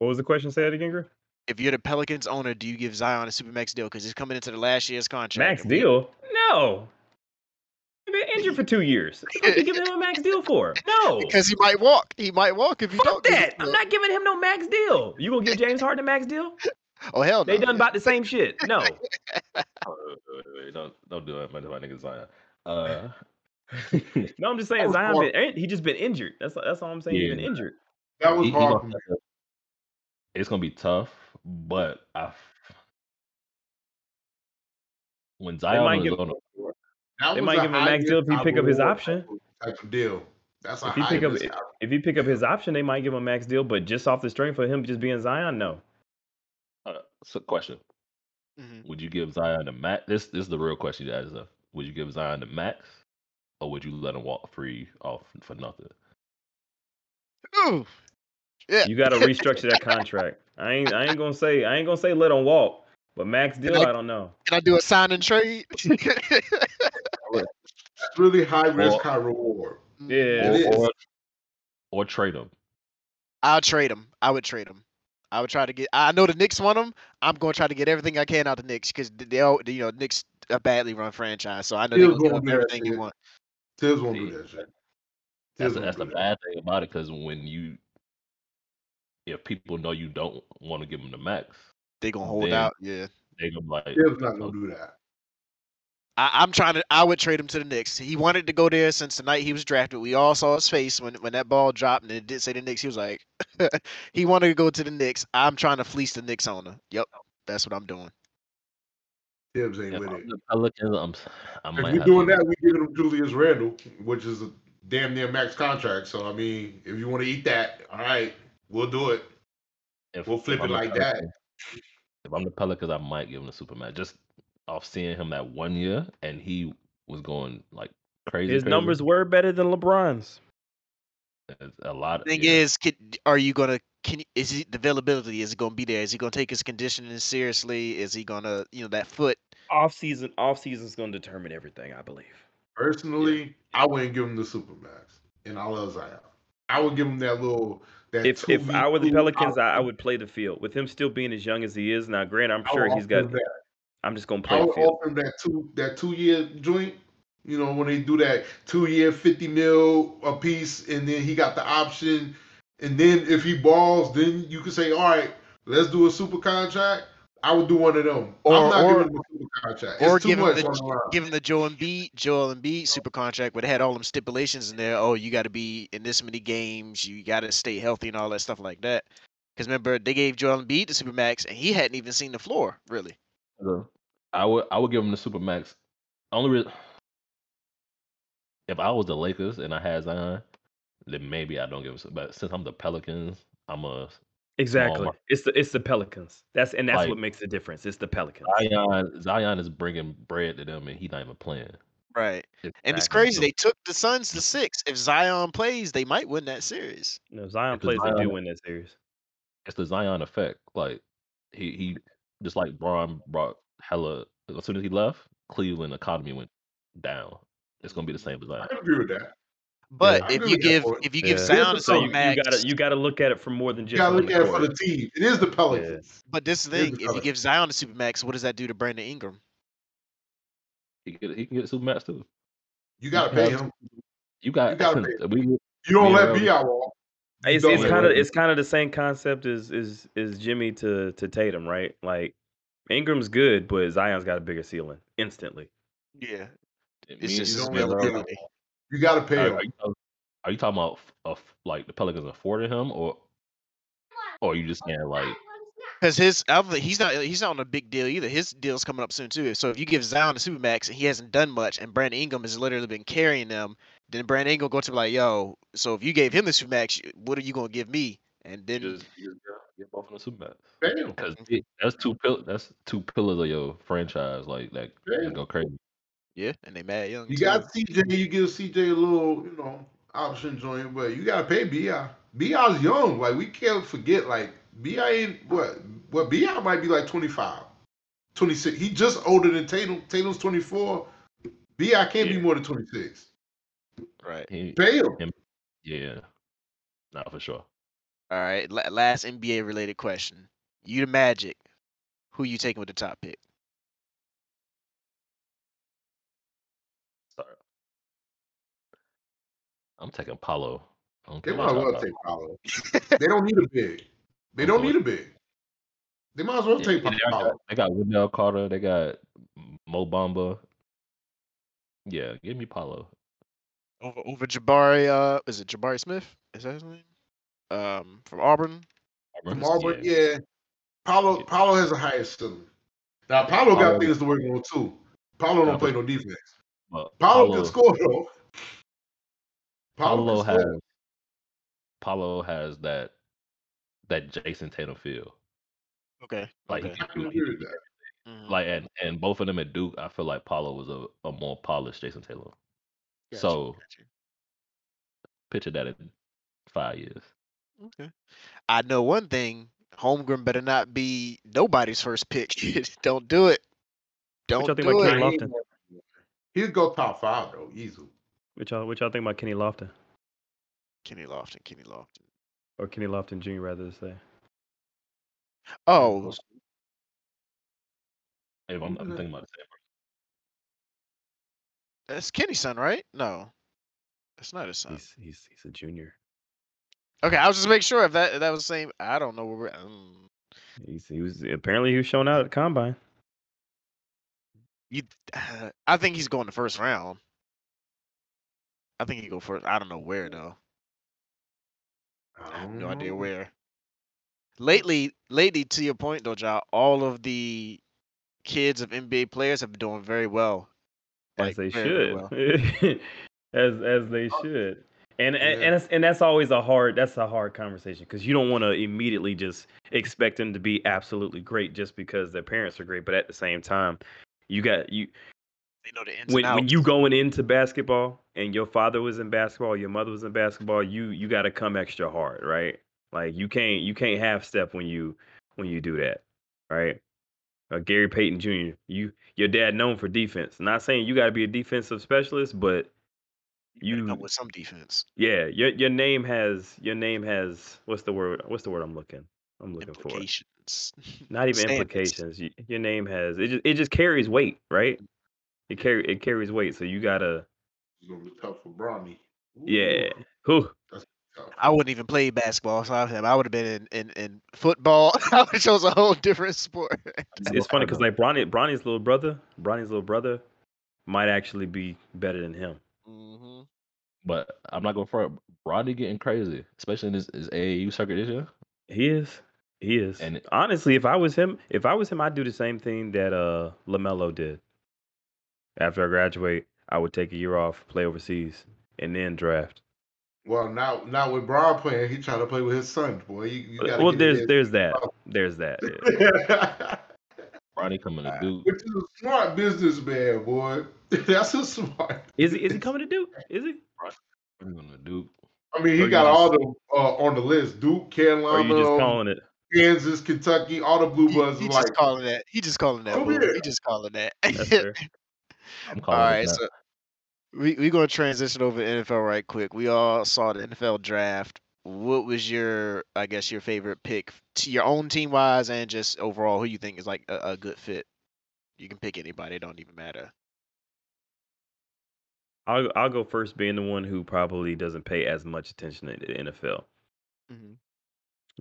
D: What was the question? Say it again, Griff.
A: If you're the Pelicans owner, do you give Zion a supermax deal because he's coming into the last year's contract?
D: Max
A: and we-
D: deal? No. I've been injured for two years. What are you giving him a max deal for? No.
A: Because he might walk. He might walk if you
D: Fuck
A: don't. give him
D: that.
A: the
D: I'm
A: deal.
D: not giving him no max deal. You gonna give James Harden a max deal?
A: Oh hell no.
D: They done about the same shit. No.
B: Oh, wait, wait, wait, don't don't do that, man. to My nigga Zion. Uh,
D: No, I'm just
C: That
D: saying
C: was
D: Zion
C: hard.
D: been, he just been injured. That's that's all I'm saying. He's been
B: Yeah.
D: injured.
C: That was
B: he- he
C: hard. for
B: gonna
C: me.
B: have to- it's gonna be tough, but I. f- When Zion
D: might
B: was
D: give-
B: on the
C: That
D: They
C: was
D: might
C: the
D: give him a max
C: highest
D: deal if he
C: I
D: pick up his
C: reward
D: option.
C: Type of deal. That's a
D: If you
C: high
D: pick up-
C: risk out-
D: If you pick up his option, they might give him a max deal, but just off the strength of him just being Zion, no.
B: Uh, so question:
A: Mhm.
B: Would you give Zion the max? This, this is the real question you asked us. Would you give Zion the max, or would you let him walk free off for nothing?
A: Mm-hmm. Ooh. Yeah.
D: You got to restructure that contract. I ain't I ain't gonna say I ain't gonna say let him walk, but max deal, I don't know.
A: Can I do a sign and trade?
C: It's really high risk,
B: Or-
C: high reward.
D: Yeah,
C: It
B: Or, or,
C: is.
B: or trade him?
A: I'll trade him. I would trade him. I would try to get. I know the Knicks want him. I'm going to try to get everything I can out of the Knicks because they all, you know, Knicks a badly run franchise, so I know they're
C: Still
A: going to give
C: gonna
A: him
C: do that
A: everything they
C: shit.
A: want.
C: Tibbs won't
B: See,
C: do that shit.
B: That's,
C: Tibbs
B: the-
C: won't
B: that's
C: do
B: the
C: that.
B: bad thing about it because when you, if people know you don't want to give them the max,
A: They're going to hold
B: Damn.
A: out. Yeah.
B: they gonna be like, "Oh,
C: Tibbs not gonna do that.
A: I, I'm trying to. I would trade him to the Knicks. He wanted to go there since the night he was drafted. We all saw his face when when that ball dropped and it did say the Knicks. He was like, he wanted to go to the Knicks. I'm trying to fleece the Knicks owner. Yep, that's what I'm doing.
C: Tibbs ain't
B: if
C: with
B: I'm
C: it.
B: the Pelicans, I'm, s- I
C: If
B: might
C: we're
B: have
C: doing
B: to-
C: that, we're giving him Julius Randle, which is a damn near max contract. So I mean, if you want to eat that, all right, we'll do it.
B: If,
C: We'll
B: if
C: flip
B: I'm
C: it
B: the
C: like that.
B: Pelicans- If I'm the Pelicans, I might give him the Superman just off seeing him that one year and he was going like crazy.
D: His
B: crazy.
D: numbers were better than LeBron's.
B: It's a lot.
A: Thing
B: yeah.
A: is, can, are you gonna? Can you- is he, the availability? Is he gonna be there? Is he gonna take his conditioning seriously? Is he gonna? You know that foot.
D: Off season, off season's gonna determine everything, I believe.
C: Personally, I wouldn't give him the supermax, and I love Zion. I would give him that little. That
D: If if I were the
C: 2v2
D: Pelicans, I, I
C: out-
D: would play the field with him still being as young as he is. Now, Grant, I'm
C: I would
D: sure he's
C: offer
D: got.
C: him that.
D: I'm just gonna
C: I
D: play the
C: would
D: field.
C: offer him that two that two year joint. You know when they do that two year fifty mil a piece, and then he got the option, and then if he balls, then you can say, all right, let's do a super contract. I would do one of them.
A: Or-
C: I'm not
A: or-
C: giving him a super contract.
A: or
C: it's too
A: give him
C: much
A: the-
C: on the line.
A: Give him the Joel Embiid, Joel Embiid super contract, where they had all them stipulations in there. Oh, you got to be in this many games. You got to stay healthy and all that stuff like that. Because remember, they gave Joel Embiid the supermax, and he hadn't even seen the floor really.
B: So, I would I would give him the supermax. Only reason if I was the Lakers and I had Zion, then maybe I don't give him. some- But since I'm the Pelicans, I'm a
D: Exactly.
B: Small.
D: It's the it's the Pelicans. That's and that's
B: Like-
D: what makes the difference. It's the Pelicans.
B: Zion. Zion is bringing bread to them, and he's not even playing.
A: Right.
B: It's
A: And it's
B: back on
A: crazy.
B: them.
A: They took the Suns to six. If Zion plays, they might win that series.
D: No, if Zion
B: Because
D: plays. They do
B: Zion-
D: win that series.
B: it's the Zion effect. Like he he just like Braun brought hella as soon as he left, Cleveland economy went down. It's gonna be the same as
C: I
B: Zion.
C: can agree with that.
A: But
C: I
A: if
C: agree
A: you
C: with that
A: give
C: point.
A: if you give
D: Yeah.
A: Zion a
C: So
D: So you,
A: supermax,
D: you gotta you gotta look at it from more than
C: You
D: just.
C: gotta
D: one
C: look at it for
D: court.
C: the team. It is the Pelicans.
A: but this is the
C: Here's
A: thing:
C: the
A: if you
C: thing.
A: give Zion a supermax, what does that do to Brandon Ingram?
B: He can get, he can get Supermax too.
C: You gotta
B: Yeah.
C: pay him.
B: You got
C: You gotta pay-
B: we
C: You don't
B: Yeah,
C: let
B: well,
C: B out walk. You
D: It's,
C: don't
D: it's
C: let
D: kind of
B: Ingram-
D: it's kind of the same concept as is is Jimmy to to Tatum, right? Like Ingram's good, but Zion's got a bigger ceiling instantly.
A: Yeah,
B: me
A: it's just his
B: and
C: don't
B: you,
C: really
B: bro,
C: get
A: availability.
C: You gotta pay
B: Are,
C: him.
B: are you, talk- are you talking about f- of like the Pelicans afforded him, or or you just saying like
A: Because his, I don't think- he's not he's not on a big deal either. His deal's coming up soon too. So if you give Zion a supermax and he hasn't done much, and Brandon Ingram has literally been carrying them, then Brandon Ingram going to be like, "Yo, so if you gave him the supermax, y- what are you going to give me?" And
B: you
A: then
B: just, you just get- get both of them Supermax?
C: Pay him.
B: Because that's two pill that's two pillars of your franchise. Like that
C: Yeah.
B: can go crazy.
A: yeah, and they mad young.
C: You
A: too.
C: got CJ. You give CJ a little, you know, option joint, but you gotta pay Bi. Bi's young. Like we can't forget. Like Bi ain't what? What Bi might be like 25, 26. He just older than Tatum. Tatum's 24. Bi can't be
B: Yeah.
C: more than 26.
A: right.
B: He-
C: Pay him.
B: yeah, not for sure.
A: All right. la- Last NBA related question: You the Magic, who you taking with the top pick?
B: Sorry. I'm taking Paulo. I don't
C: They
B: care
C: might as
B: what y'all
C: well
B: thought.
C: take Paolo. they don't need a big. They don't need a big. They might as well
B: Yeah,
C: take
B: they,
C: Paolo.
B: got, they got Wendell Carter. They got Mo Bamba. Yeah, give me Paulo.
A: Over over Jabari. Uh, is it Jabari Smith? Is that his name? Um, from Auburn.
B: Auburn,
C: Marvin, yeah. Paolo, Paolo has the highest ceiling. Now Paolo got
B: Paolo-
C: things to work on too. Paolo
B: Yeah,
C: don't play
B: but-
C: no defense.
B: but
C: Paolo
B: Paolo-
C: can score though.
B: Paulo
C: can
B: has
C: still-
B: Paulo has that that Jason Tatum feel.
A: Okay.
B: Like
A: okay.
B: he
C: I
B: can
C: can
B: do,
C: agree
B: he
C: with
B: can
C: that.
A: Mhm.
B: like
C: Mm-hmm.
B: and, and both of them at Duke, I feel like Paulo was a, a more polished Jason Taylor.
A: Gotcha,
B: so-
A: gotcha.
B: Picture that in five years.
A: Okay. I know one thing. Holmgren better not be nobody's first pick. Don't do it. Don't
D: y'all think
A: do
D: about
A: it.
D: Kevin Lofton?
C: He'd go top five though, easily.
D: Which y'all, which y'all think about Kenny Lofton
A: Kenny Lofton. Kenny Lofton.
D: or Kenny Lofton Jr. rather to say?
A: Oh,
B: If I'm, I'm
C: Mhm.
B: thinking about the same.
A: that's Kenny's son, right? No, that's not his son.
D: He's he's he's a junior.
A: Okay, I was just making sure if that if that was the same. I don't know where we're. Um,
D: He's, he was apparently he was shown out at the combine.
A: you, I think he's going the first round. I think he go first. I don't know where though. I have no idea
D: Mm.
A: where. Lately, lately, to your point though, Ja, all of the kids of NBA players have been doing very well.
D: as
A: Like,
D: they
A: very, very
D: should,
A: well.
D: as as they should. And and
C: Yeah.
D: and, it's, and that's always a hard that's a hard conversation because you don't want to immediately just expect them to be absolutely great just because their parents are great. But at the same time, you got you
A: They know the ins
D: when
A: and
D: when
A: outs.
D: you going into basketball and your father was in basketball, your mother was in basketball, you you got to come extra hard, right? Like you can't you can't half step when you when you do that, right? Uh, Gary Payton Jr. You your dad known for defense. Not saying you got to be a defensive specialist, but
A: gotta
D: you-
A: come with some defense.
D: yeah, your your name has your name has what's the word what's the word I'm looking I'm looking for
A: Implications.
D: not even
A: Standards.
D: implications. Y- Your name has it. Just, it just carries weight, right? It carry it carries weight. So you gotta
C: It's gonna be tough for Bronny. Ooh,
D: yeah. Whew.
C: tough.
A: I wouldn't even play basketball, so I would have, I would have been in, in, in football. I would have chose a whole different sport.
D: It's, it's funny because like Bronny, Bronny's little brother, Bronny's little brother, might actually be better than him.
A: mm-hmm.
B: But I'm not going for it. Rodney getting crazy, especially in his, his AAU circuit this
A: Mm,
B: year.
D: He is. He is.
B: And-
D: And honestly, if I was him, if I was him, I'd do the same thing that uh Lamelo did. After I graduate, I would take a year off, play overseas, and then draft.
C: Well, now now with Bron playing, he trying to play with his son, boy. You, you gotta
D: well,
C: get
D: there's
C: in Oh.
D: there's that. There's that.
C: there.
D: yeah.
B: Rodney coming to Duke.
C: Which is a smart businessman, boy. That's a smart.
D: Is he is he coming to Duke? Is he?
B: Rodney coming to Duke.
C: I mean,
D: Or
C: he
D: you
C: got
D: just-
C: all the uh, on the list: Duke,
D: Or are you
C: Carolina,
D: just calling it?
C: Kansas, Kentucky, all the blue
A: He,
C: bloods.
A: he
C: are
A: just
C: like,
A: calling that. He just calling that.
C: Come
A: boo.
C: here.
A: He just calling that.
D: That's fair.
B: I'm
A: All
B: calling it
A: right,
B: now.
A: so we we gonna transition over to NFL right quick. We all saw the NFL draft. What was your, I guess, your favorite pick to your own team wise, and just overall, who you think is like a, a good fit? You can pick anybody; it don't even matter.
D: I'll I'll go first, being the one who probably doesn't pay as much attention to the NFL.
A: Mm-hmm.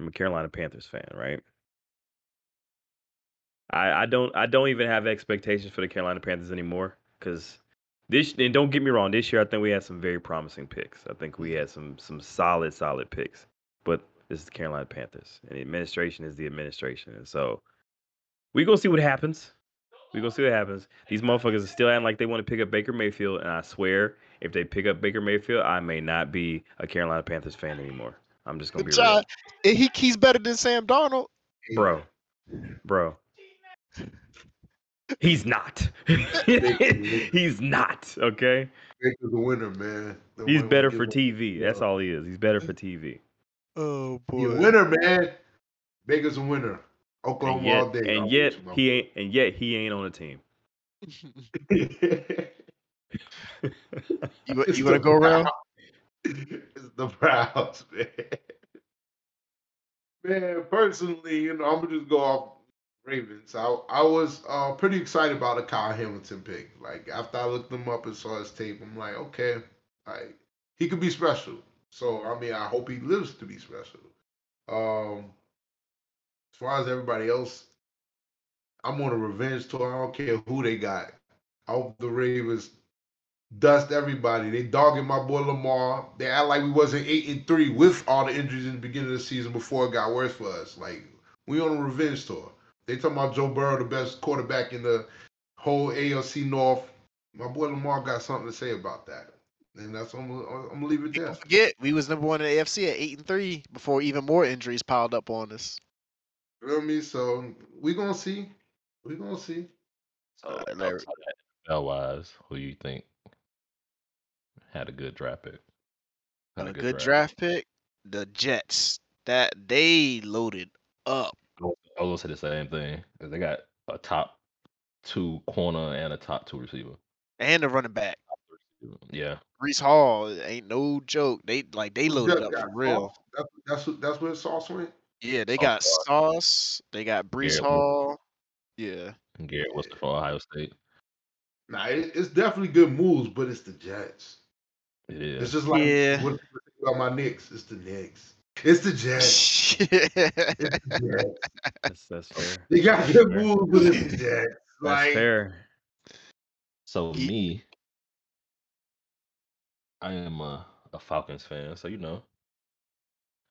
D: I'm a Carolina Panthers fan, right? I, I don't I don't even have expectations for the Carolina Panthers anymore because this and don't get me wrong, this year I think we had some very promising picks. I think we had some some solid solid picks, but this is the Carolina Panthers and the administration is the administration, and so we gonna see what happens. We gonna see what happens. These motherfuckers are still acting like they want to pick up Baker Mayfield, and I swear if they pick up Baker Mayfield, I may not be a Carolina Panthers fan anymore. I'm just gonna be real.
A: John, he he's better than Sam Donald.
D: Bro. Bro. He's not. He's not. Okay.
C: Baker's the winner, man. The
D: He's
C: winner
D: better
C: will
D: for
C: give
D: TV. That's all he is. He's better for TV.
A: Oh
C: up.
A: boy.
C: He a winner, man. Baker's a winner. Oklahoma
D: And
C: all
D: yet,
C: day.
D: and yet he ain't and yet he ain't on a team.
C: ain't.
A: You,
C: It's
A: you want to
C: the
A: go around?
C: Browns. It's the Browns, man. Man, personally, you know, I'm gonna just go off Ravens. I I was uh, pretty excited about the Kyle Hamilton pick. Like after I looked him up and saw his tape, I'm like, okay, like he could be special. So I mean, I hope he lives to be special. Um, as far as everybody else, I'm on a revenge tour. I don't care who they got. I hope the Ravens dust everybody. They dogging my boy Lamar. They act like we wasn't eight and three with all the injuries in the beginning of the season before it got worse for us. Like we on a revenge tour. They talking about Joe Burrow, the best quarterback in the whole AFC North. My boy Lamar got something to say about that. And that's I'm, I'm gonna leave it
A: People
C: there.
A: forget we was number one in the AFC at eight and three before even more injuries piled up on us.
C: You know what I mean? So we gonna see. We gonna see.
B: So,
A: Uh, Larry-
B: NFL wise, who you think had a good draft pick? Had
A: a good draft pick, the Jets. That they loaded up.
B: I was gonna say the same thing 'cause they got a top two corner and a top two receiver.
A: And the running back.
B: Yeah,
A: Reese Hall eh, ain't no joke. They like they loaded
C: Yeah,
A: up
C: yeah,
A: for real.
C: Sauce. That's that's what- that's where Sauce went.
A: Yeah, they
B: Sauce
A: got
B: Gardner.
A: Sauce. They got Brees
B: Garrett Wilson.
A: Hall. Yeah.
B: and Garrett was from Ohio State.
C: Nah, it, it's definitely good moves, but it's the Jets.
B: It is.
C: It's just like
A: Yeah.
C: what what about my Knicks? It's the Knicks. It's the Jets. It's the Jets.
D: That's that's fair.
C: they got
D: That's
C: good
D: fair.
C: moves, but it's the Jets.
D: That's
C: Like
D: fair.
B: So
A: Ye-
B: me, I am a, a Falcons fan. So you know,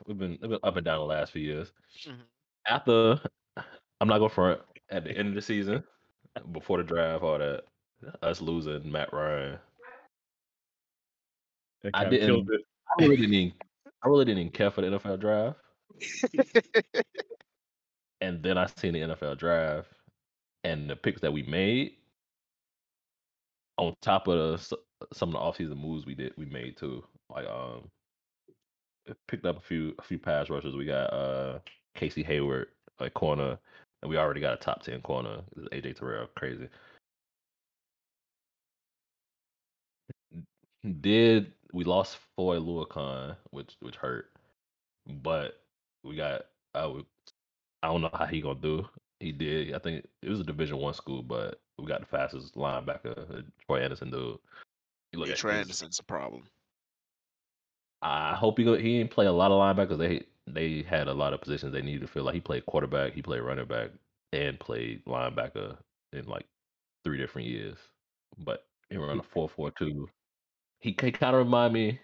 B: we've been, we've been up and down the last few years.
A: Mhm.
B: After, I'm not going to front at the end of the season, before the draft, all that, us losing Matt Ryan.
D: That
B: I
D: kinda killed it.
B: I really didn't. Even, I really didn't even care for the NFL draft. and then I seen the NFL draft and the picks that we made on top of the, s- some of the offseason moves we did we made too. Like um it picked up a few a few pass rushers. We got uh Casey Hayward a corner and we already got a top 10 corner. AJ Terrell crazy. Did we lost Foy Luakon, which which hurt. But we got I would I don't know how he gonna do. He did. I think it was a Division One school, but we got the fastest linebacker, uh, Troy Anderson, dude. You look
A: yeah,
B: at
A: Trey
B: his-
A: Anderson's a problem.
B: I hope he go, he didn't play a lot of linebackers. They they had a lot of positions they needed to fill. Like he played quarterback, he played running back, and played linebacker in like three different years. But he ran a four four two. He can kind of remind me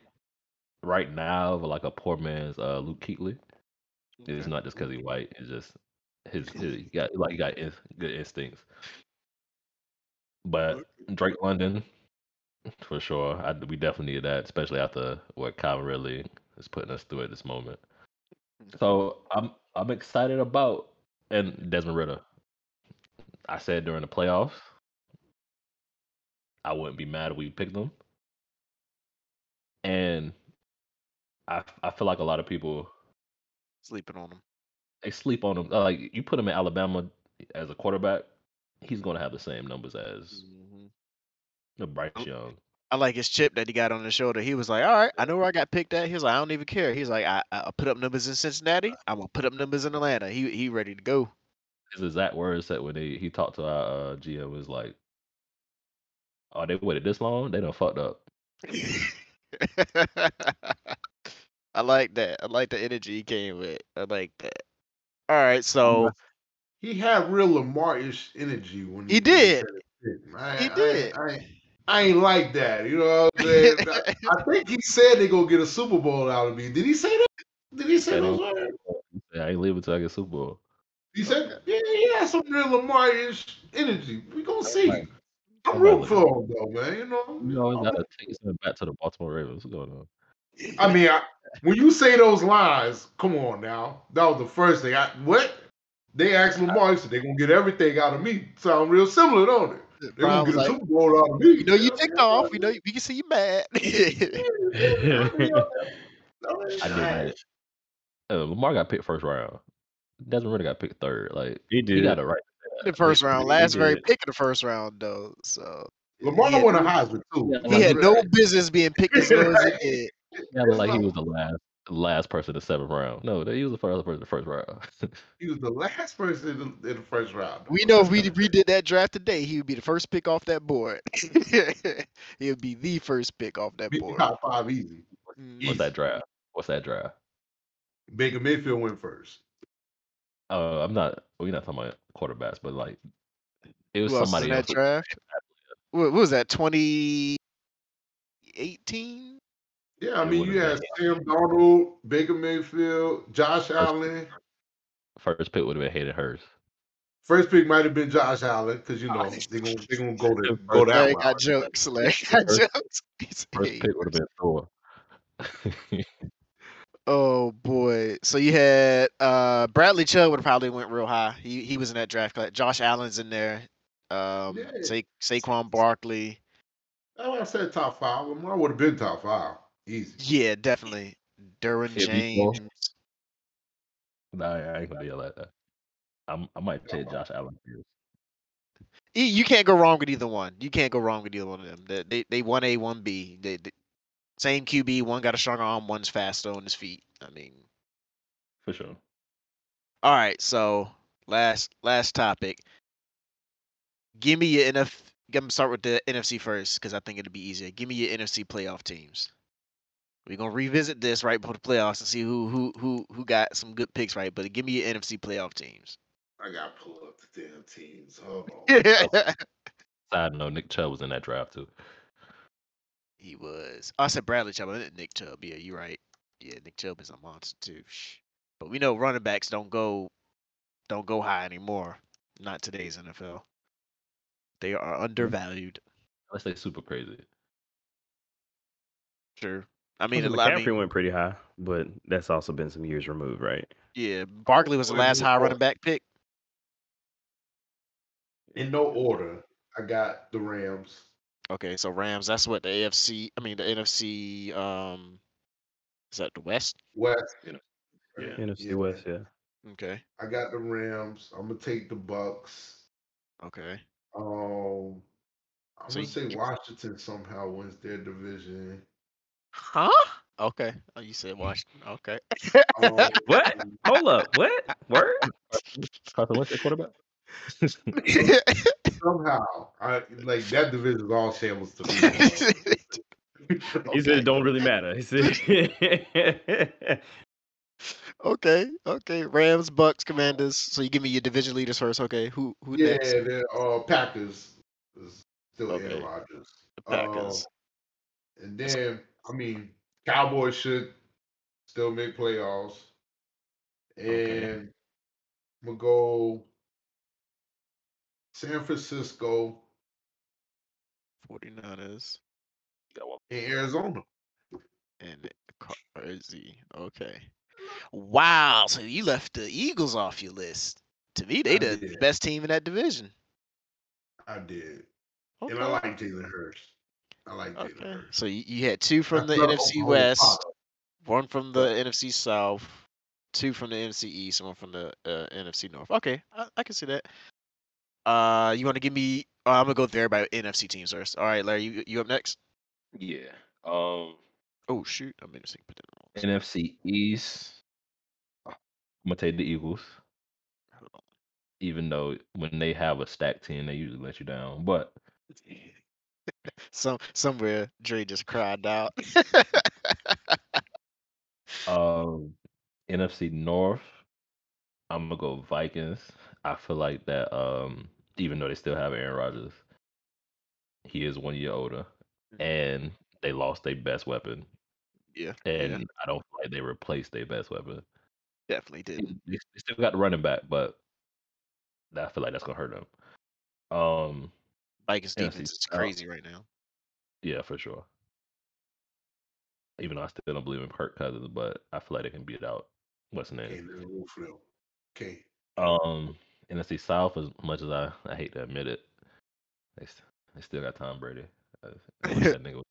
B: right now of like a poor man's uh, Luke Keatley. It's not just because he's white. It's just his, his he got like he got in, good instincts. But Drake London, for sure, I, we definitely needed that, especially after what Calvin Ridley is putting us through at this moment. So I'm I'm excited about and Desmond Ritter. I said during the playoffs, I wouldn't be mad if we picked them. And I I feel like a lot of people
A: Sleeping on him.
B: they sleep on him. Uh, Like you put him in Alabama as a quarterback, he's gonna have the same numbers as the Bryce
A: Mm. Oh.
B: Young.
A: I like his chip that he got on his shoulder. He was like, "All right, I know where I got picked at." He was like, "I don't even care." He's like, "I I I'll put up numbers in Cincinnati. I'm gonna put up numbers in Atlanta." He he ready to go.
B: His exact words that when they, he talked to our uh, GM was like, "Oh, they waited this long? They done fucked up."
A: I like that. I like the energy he came with. I like that. All right, so
C: he had real Lamar-ish energy when
A: He
C: when
A: did.
C: said it. I,
A: He
C: I-
A: did.
C: I, I ain't like that. You know what I'm saying? I, I think he said they gonna get a Super Bowl out of me. Did he say that? Did he say
B: They
C: those
B: don't-
C: words?
B: He said, I ain't leaving till I get Super Bowl.
C: He said, yeah, he had some real Lamar-ish energy. We gonna see.
B: Right.
C: I'm rooting for him though, man. You know.
B: You
A: Oh,
B: always gotta take something back to the Baltimore Ravens. What's going on?
C: I mean, I, when you say those lines, come on now. That was the first thing. I what? They asked Lamar, he said they're gonna get everything out of me. Sound real similar, don't it? They're
A: Brian was
C: gonna get
A: like,
C: a Super Bowl out of me.
A: "We know you ticked off. We know you, we can see you mad."
B: I did that. Uh, Lamar got picked first round. Desmond Ritter got picked third. Like
D: He
B: he
D: did.
B: got it right.
A: the first round,
D: he
A: last very
D: did.
A: pick of the first round, though. So
C: Lamar
A: Yeah.
C: won a Heisman too.
B: Yeah,
A: he had no business being picked as low as he did.
B: Yeah,
C: It's
B: like he
C: like-
B: was the last last person in the seventh round. No, he was the first person in the first round.
C: He was the last person in the, in the first round.
A: We know if we redid that draft today, he would be the first pick off that board. he would be the first pick off that
C: Be
A: board.
C: top five easy.
A: Mm.
B: What's that draft? What's that draft?
C: Baker Mayfield went first.
B: Uh, I'm not. We're not talking about quarterbacks, but like it was
A: Who else is in
B: somebody
A: that
B: else.
A: draft? What, what was that? Twenty eighteen?
C: Yeah, I
B: It
C: mean,
B: would've
C: you
B: been-
C: had Sam Donald, Baker Mayfield, Josh Allen.
B: First pick would have been Hayden Hurst.
C: First pick might have been Josh Allen because you
B: Oh,
C: know they're gonna they're gonna go to go that
A: Larry
C: route.
A: got jokes. Larry got
B: First-
A: jokes. He's-
B: First
A: hey,
B: pick would have been Thor.
A: Oh boy. So you had uh Bradley Chubb would have probably went real high. He he was in that draft class. Josh Allen's in there. Um
C: Yeah.
A: Sa- Saquon Barkley.
C: That's why I said top five. Lamar would have been top five, easy.
A: Yeah, definitely. Derwin
B: Yeah, before.
A: James.
B: nah, I ain't gonna yell at that. I'm, I might take Josh Allen. first.
A: E- You can't go wrong with either one. You can't go wrong with either one of them. They they, they one A, one B. They, they- same QB, one got a stronger arm, one's faster on his feet. I mean
B: for sure.
A: all right, so last last topic. Give me your NF I'm gonna start with the NFC first because I think it'll be easier. Give me your NFC playoff teams. We're gonna revisit this right before the playoffs and see who who who who got some good picks right, but give me your NFC playoff teams.
C: I gotta pull up the damn teams. Hold on.
A: he
B: Side note: Nick Chubb was in that draft too.
A: was. Oh, I said Bradley Chubb, I meant Nick Chubb. Yeah, you're right. Yeah, Nick Chubb is a monster too. Shh. But we know running backs don't go don't go high anymore. Not today's NFL. They
D: Hmm.
A: are undervalued.
B: Unless they super crazy.
A: Sure. I
D: I mean,
A: mean, a lot, I
D: McCaffrey
A: mean,
D: went pretty high, but that's also been some years removed, right?
A: yeah, Barkley was the
C: Or is
A: last
C: it
A: high running
C: Cohen?
A: back pick.
C: In no order, I got the Rams.
A: Okay, so Rams. That's what the AFC. I mean, the NFC. Um, is that the West?
C: West.
B: You know,
C: Right?
B: yeah.
D: NFC West, yeah.
A: Okay.
C: I got the Rams. I'm gonna take the Bucks.
A: Okay.
C: Um, I'm
A: So
C: gonna
A: you-
C: say
A: you-
C: Washington somehow wins their division.
A: Huh? Okay. Oh, you said Washington. Okay.
C: Um,
D: What? Hold up, what? Word?
B: Carson Wentz, their quarterback.
C: somehow, I like that division is all shambles to me.
D: He said it don't really matter. He said
A: okay. Okay. Rams, Bucks, Commanders. So you give me your division leaders first. Okay. Who? Who
C: Uh, yeah,
A: next?
C: the uh, Packers is still
A: Okay.
C: Aaron Rodgers.
A: The Packers.
C: Um, and then, I mean, Cowboys should still make playoffs. And
A: Okay.
C: I'm going to go San Francisco
A: 49ers
C: and Arizona.
A: and Crazy. Okay. Wow. So you left the Eagles off your list. To me, they
C: I
A: the
C: did.
A: best team in that division.
C: I did.
A: Okay.
C: And I like Jalen Hurts. I like Jalen
A: Okay.
C: Hurts.
A: So you, you had two from
C: I
A: the
C: love
A: NFC
C: Oklahoma
A: West,
C: product.
A: one from the NFC South, two from the NFC East, and one from the uh, NFC North. Okay, I, I can see that. Uh, you want to give me? Uh, I'm gonna go there by NFC teams first. All right, Larry, you you up next?
B: Yeah. Um.
A: Oh shoot, I'm interested. Put that in the wrong.
B: NFC East. I'm gonna take the Eagles,
A: spot. Hold on.
B: even though when they have a stacked team, they usually let you down. But
A: Some somewhere Dre just cried out.
B: um, NFC North, I'm gonna go Vikings. I feel like that. Um, even though they still have Aaron Rodgers, he is one year older, and they lost their best weapon,
A: yeah,
B: and
A: yeah,
B: I don't feel like they replaced their best weapon.
A: definitely
B: they
A: did.
B: they still got the running back, but that- I feel like that's gonna hurt them. Um,
A: Vikings
B: NFC
A: defense is
B: South.
A: crazy right now.
B: yeah, for sure. Even though I still don't believe in Kirk Cousins, but I feel like they can beat out what's his
C: Can't
B: name.
C: let it roll for them. Okay.
B: Um, NFC South, as much as I, I hate to admit it, they, s- they still got Tom Brady. I I wish that nigga was-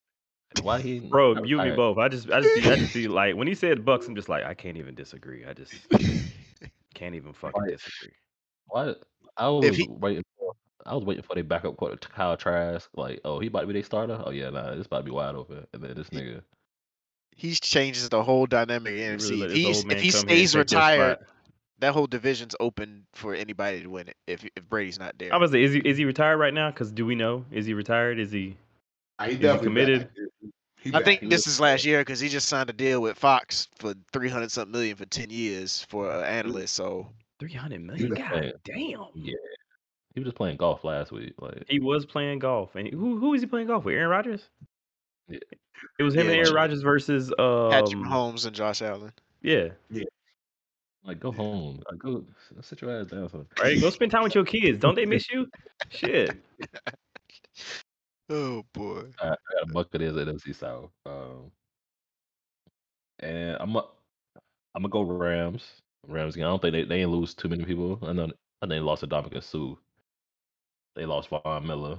B: Why he?
D: Bro,
B: not
D: you and me
B: retired?
D: both. I just I just I just see like when he said Bucks, I'm just like, I can't even disagree. I just can't even fucking
B: Right.
D: disagree.
B: Why? I was
A: he-
B: waiting. For, I was waiting for their backup quarter, Kyle Trask. Like, oh, he about to be their starter. Oh yeah, nah, this about to be wide open. And then this
A: He-
B: nigga.
A: he changes the whole dynamic of
D: You
A: NFC.
D: really let
A: If
D: this
A: he's-
D: old man
A: if he
D: come here and
A: stays
D: take your spot.
A: retired, that whole division's open for anybody to win it. If if Brady's not there,
D: I was is he is he retired right now? Because do we know? Is he retired? Is he
C: I
D: committed?
C: He
A: I
C: back.
A: think
B: he
A: this
B: was-
A: is last year because he just signed a deal with Fox for three hundred something million for ten years for an analyst. So
D: three hundred million?
C: the
D: God
B: man.
D: damn.
B: Yeah, he was just playing golf last week. Like,
D: He was playing golf, and who who is he playing golf with? Aaron Rodgers.
B: Yeah.
D: It was him
A: Yeah,
D: and
A: that's
D: Aaron
A: right.
D: Rodgers versus um,
A: Patrick Mahomes and Josh Allen.
D: Yeah,
B: Like go home. Like, go sit your ass down. For
D: Right? Go spend time with your kids. Don't they miss you? Shit.
A: Oh boy.
B: I got a bucket is at NFC South. Um, and I'm i I'm gonna go Rams. Rams. again. I don't think they, they ain't lose too many people. I know I think they lost to Dominican Sue. They lost Von Miller.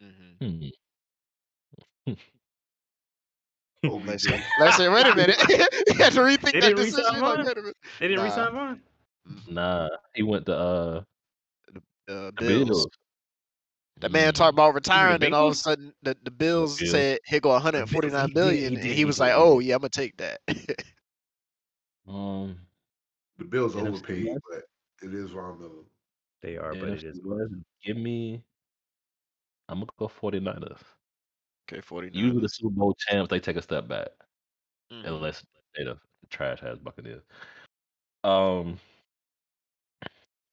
A: Mm-hmm.
B: Hmm.
C: OBJ.
A: Let's say, let's say, wait a minute. you had to rethink
D: They
A: that
D: didn't resign
A: decision. Uh, Like,
D: Vaughn?
A: wait a minute.
D: They didn't
A: Nah.
D: resign Vaughn.
B: Nah, he went to uh
A: Uh,
B: the Bills. Mm,
A: Bills. The man talked about retiring, and all of a
D: Bengals?
A: sudden the, the Bills
B: Bills.
A: said, "Here go 149
D: he did, he
A: billion,"
D: did,
A: and
D: he
A: he was
D: did.
A: like, "Oh yeah, I'm gonna take that."
B: Mm, Um,
C: The Bills
B: NFC
C: overpaid,
B: West?
C: but it is Von Miller.
D: They are, but it
B: NFC
D: is.
B: West, give me. I'm gonna go 49ers.
A: okay, 49.
B: Usually the Super Bowl champs they take a step back.
A: Mhm.
B: unless they the trash ass Buccaneers. Um,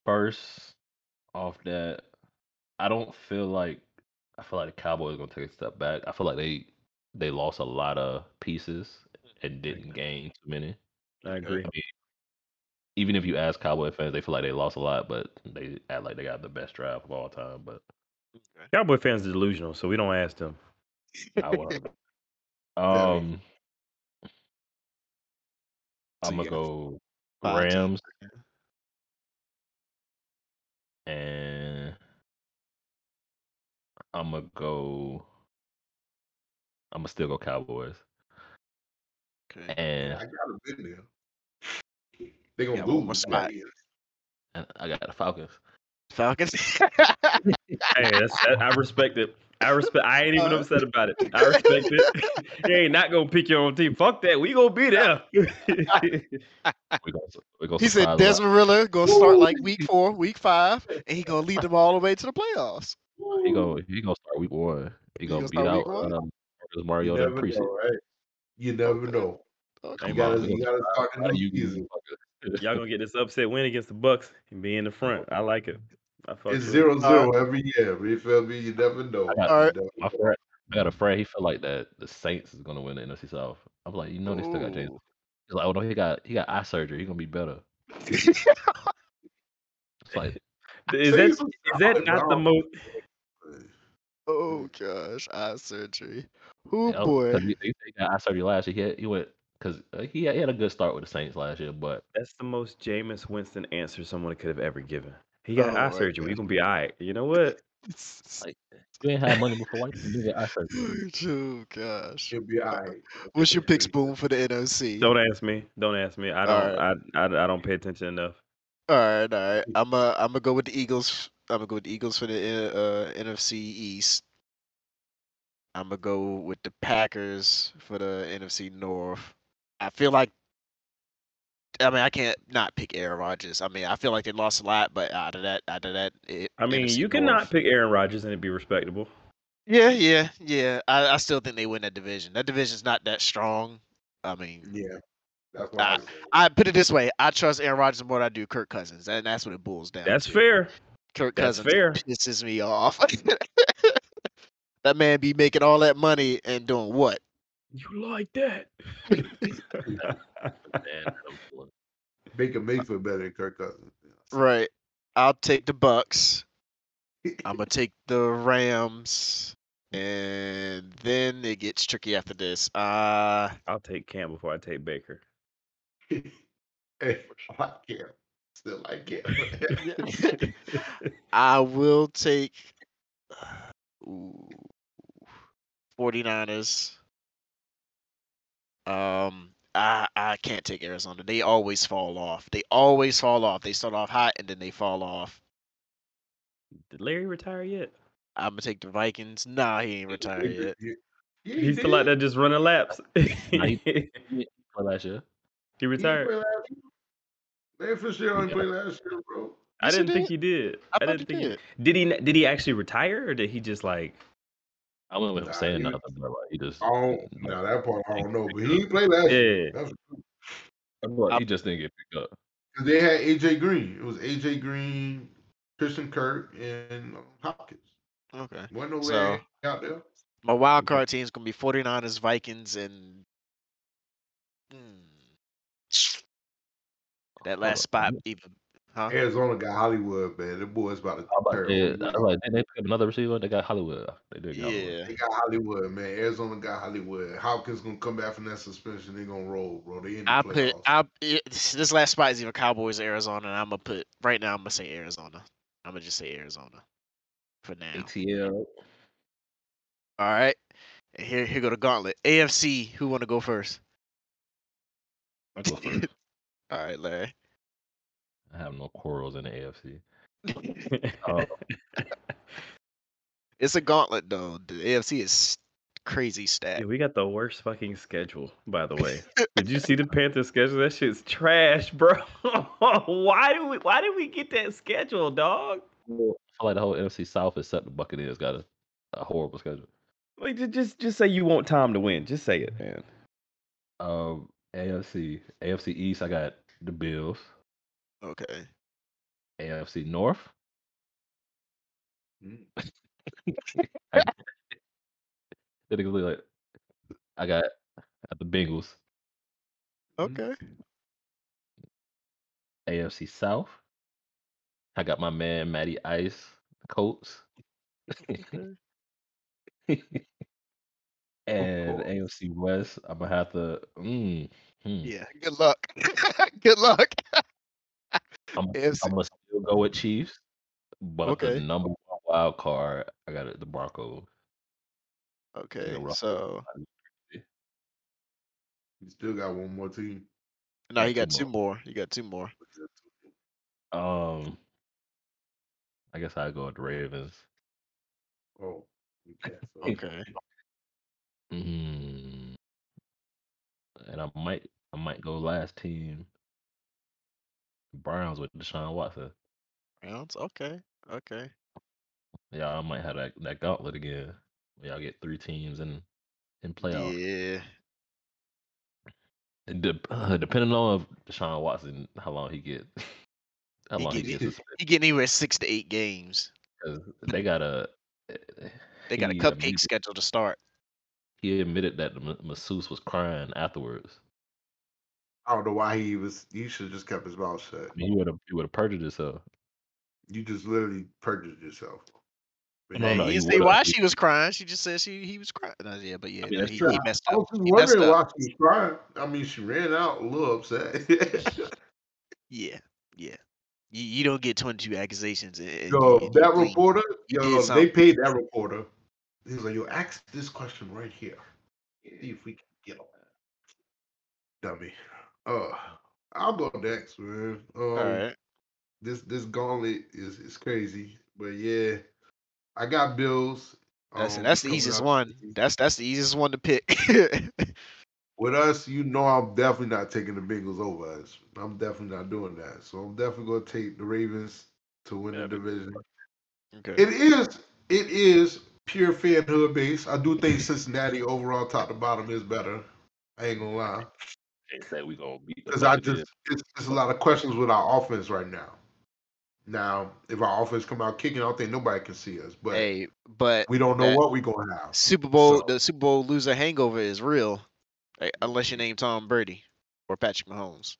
B: first off that, I don't feel like I feel like the Cowboys gonna take a step back. I feel like they they lost a lot of pieces and didn't gain too many.
D: I agree.
B: Even if you ask Cowboy fans, they feel like they lost a lot, but they act like they got the best drive of all time. But
D: Cowboy fans are delusional, so we don't ask them.
B: I was. um,
A: So
B: I'm
A: you
B: gonna
A: got
B: go
A: five teams.
B: Rams and I'm gonna go. I'm gonna still go Cowboys
A: Okay.
C: I
B: and
C: got to been there. They gonna
A: Yeah, one more
C: lose.
A: spot.
C: but yeah.
B: and I got the Falcons.
A: Falcons.
D: Hey, that's, that, I respect it. I respect. I ain't even
A: Uh.
D: upset about it. I respect it. you ain't not gonna pick your own team. Fuck that. We gonna be there.
B: We gonna, we gonna
A: he said
B: surprise a lot.
A: Desmarilla gonna start like week four, week five, and he gonna lead them all the way to the playoffs.
B: He gonna he gonna start week one. He
A: He
B: gonna
A: gonna
B: beat
A: start
B: out
A: week one?
B: um, Marcus
C: You
B: Mario that
C: never know,
B: preseason.
C: right? You never know.
A: Okay.
B: Hey,
C: You
B: Mom,
C: gotta,
B: we
C: you
B: gonna
C: gotta start in
B: surprise
C: the
B: you,
C: season.
B: motherfucker.
D: Y'all gonna get this upset win against the Bucks and be in the front. I like it. I fuck
C: It's
D: with it.
C: zero zero every year. You feel me? You never know.
B: I got-
C: You
A: Alright.
C: never
B: My
C: know.
B: friend, I got a friend. He felt like that the Saints is gonna win the NFC South. I'm like, you know, they still got James.
A: Ooh.
B: He's like, oh no, he got he got eye surgery. He gonna be better. It's like
D: Is that
C: Saints
D: is that
C: solid,
D: not the
C: bro.
D: most?
A: Oh gosh, eye surgery. Oh
B: Yeah, 'cause
A: boy.
B: He, he- he got eye surgery last year. He had, he went because he, had- he had a good start with the Saints last year, but
D: That's the most Jameis Winston answer someone could have ever given. He got
A: Oh,
D: eye
A: my
D: surgery. We
A: God.
D: gonna be all right. You know what?
B: you ain't had money before. Why you didn't get eye surgery?
A: oh gosh.
C: Should be alright.
A: What's your pick, Spoon, for the NOC?
D: Don't ask me. Don't ask me. I don't. I, I I don't pay attention enough.
A: All right, all right. I'm uh, I'm gonna go with the Eagles. I'm gonna go with the Eagles for the uh, NFC East. I'm gonna go with the Packers for the NFC North. I feel like, I mean, I can't not pick Aaron Rodgers. I mean, I feel like they lost a lot, but out of that, out of that, eh, it,
D: I mean,
A: NFC
D: you cannot
A: North-
D: pick Aaron Rodgers and it be respectable.
A: Yeah, yeah, yeah. I, I still think they win that division. That division's not that strong. I mean,
C: Yeah. That's why I, said.
A: I put it this way: I trust Aaron Rodgers more than I do Kirk Cousins, and that's what it boils down.
D: That's
A: to.
D: fair.
A: Kirk
D: That's
A: Cousins
D: fair.
A: pisses me off. that man be making all that money and doing what?
D: You like that?
B: Man, I'm pulling.
C: Baker Mayfield better than Kirk Cousins.
A: Right. I'll take the Bucks. I'm gonna take the Rams, and then it gets tricky after this. Uh
D: I'll take Cam before I take Baker.
C: hey, I like him. Still like him.
A: I will take uh, ooh, 49ers. Um I I can't take Arizona. They always fall off. They always fall off. They start off hot and then they fall off.
D: Did Larry retire yet?
A: I'm gonna take the Vikings. Nah, he ain't retired yet.
C: Yeah, he
D: He's still out
C: did.
D: there just running laps.
B: he-
D: he
B: Play last year.
C: He didn't play
D: retired.
C: last year. Man, for sure,
B: Yeah.
C: didn't play last year, bro.
D: I
A: Yes, he
D: didn't think
A: did.
D: he
A: I
D: did.
A: thought
D: I didn't
A: he
D: think he
A: did.
D: did. He n- did he actually retire or did he just like?
B: I went with him
C: Nah,
B: saying
C: he-
B: nothing, but like, he just
C: I don't, no, that part I don't know, but he didn't play last year.
D: Yeah.
C: That's true.
B: like, he
A: I'm-
B: just didn't get picked up.
C: 'Cause They had AJ Green. It was AJ Green, Christian Kirk, and um, Hopkins.
A: Okay. Mm-hmm.
C: Wasn't no
A: So-
C: Larry out there.
A: My wild card team's gonna be 49ers, Vikings, and Hmm. that last spot even. Huh?
C: Arizona got Hollywood, man. The boys about to
B: How about
C: turn.
B: that? I was like, didn't they pick up another receiver? They got Hollywood. They did. Got Hollywood.
A: Yeah.
C: They got Hollywood, man. Arizona got Hollywood. Hopkins gonna come back from that suspension. They gonna roll, bro. They in the
A: I put
C: playoffs.
A: I it, this last spot is either Cowboys or Arizona, and I'm gonna put right now. I'm gonna say Arizona. I'm gonna just say Arizona for now.
B: ATL.
A: All right, and here here go the gauntlet. AFC. Who want to go first?
B: I go first.
A: All right, Larry.
B: I have no quarrels in the AFC. Um,
A: It's a gauntlet though. The AFC is s- crazy
D: Yeah,
A: stacked.
D: we got the worst fucking schedule, by the way. did you see the Panthers schedule? That shit's trash, bro. why do we why did we get that schedule, dog?
B: Well, I feel like the whole NFC South except the Buccaneers got a, a horrible schedule.
D: Like ju- just just say you want Tom to win. Just say it, man.
B: Um, AFC AFC East, I got the Bills.
A: Okay.
B: AFC North,
C: Mm.
B: they niggas look like I got at the Bengals.
C: Mm-hmm.
A: Okay.
B: AFC South, I got my man Matty Ice, the Colts. and
C: course.
B: AFC West, I'm gonna have to. Mm, hmm.
A: Yeah. Good luck. good luck.
B: I'm,
A: AFC
B: I'm gonna still go with Chiefs, but the
A: Okay.
B: number one wild card, I got it, the Broncos.
A: Okay.
B: Russell.
A: So
C: You still got one more team.
A: now
B: got
A: you got
B: two
A: two more. You got two more.
B: Um, I guess I go with the Ravens.
C: Oh, okay. So,
A: Okay.
B: Mm. And I might, I might go last team. Browns with Deshaun Watson.
A: Rounds. Okay. Okay.
B: Yeah, I might have that, that gauntlet again. Yeah, I get three teams in in playoff.
A: Yeah.
B: And dep- uh, depending on if Deshaun Watson, how long he get, how
A: He
B: long he
A: get-
B: gets suspended,
A: You get anywhere six to eight games.
B: 'cause they got a eh,
A: They got a
B: he
A: cupcake
B: admitted-
A: schedule to start.
B: He admitted that the ma- masseuse was crying afterwards.
C: I don't know why he was. He should have just kept his mouth shut.
B: I mean, he would have he would have perjured himself.
C: You just literally perjured yourself. But
B: No,
A: Hey,
C: yeah,
B: no,
A: he
B: he
A: didn't say
B: would've.
A: why
B: He-
A: she was crying. She just said she he was crying. No, yeah, but yeah,
B: mean,
A: no,
B: that's
A: he,
B: true.
A: he messed
C: I
A: up.
C: was just
A: He messed
C: wondering
A: up.
C: why she was crying. I mean, she ran out a little upset.
A: Yeah, yeah. You, you don't get 22 accusations. And, and
C: yo,
A: you- and you
C: that
A: clean.
C: reporter,
A: you
C: yo,
A: did
C: they
A: something.
C: paid that reporter. He was like, yo, ask this question right here. See if we can get on that. Dummy. Uh, I'll go next, man. Um,
A: All right.
C: This this gauntlet is, is crazy. But yeah, I got bills.
A: That's
C: um,
A: that's the
C: coming
A: easiest
C: up.
A: one. That's that's the easiest one to pick.
C: With us, you know I'm definitely not taking the Bengals over us. I'm definitely not doing that. So I'm definitely gonna take the Ravens to win
B: Yeah,
C: the division.
A: okay.
C: It is it is pure fanhood base. I do think Cincinnati overall top to bottom is better. I ain't gonna lie.
B: They said we gonna beat the
C: Because I
B: Buccaneers.
C: just it's, it's a lot of questions with our offense right now. Now, if our offense come out kicking, I don't think nobody can see us. But
A: Hey, but
C: we don't know
A: that-
C: what we're gonna have.
A: Super Bowl
C: So-
A: the Super Bowl loser hangover is real, like, unless you name Tom Brady or Patrick Mahomes.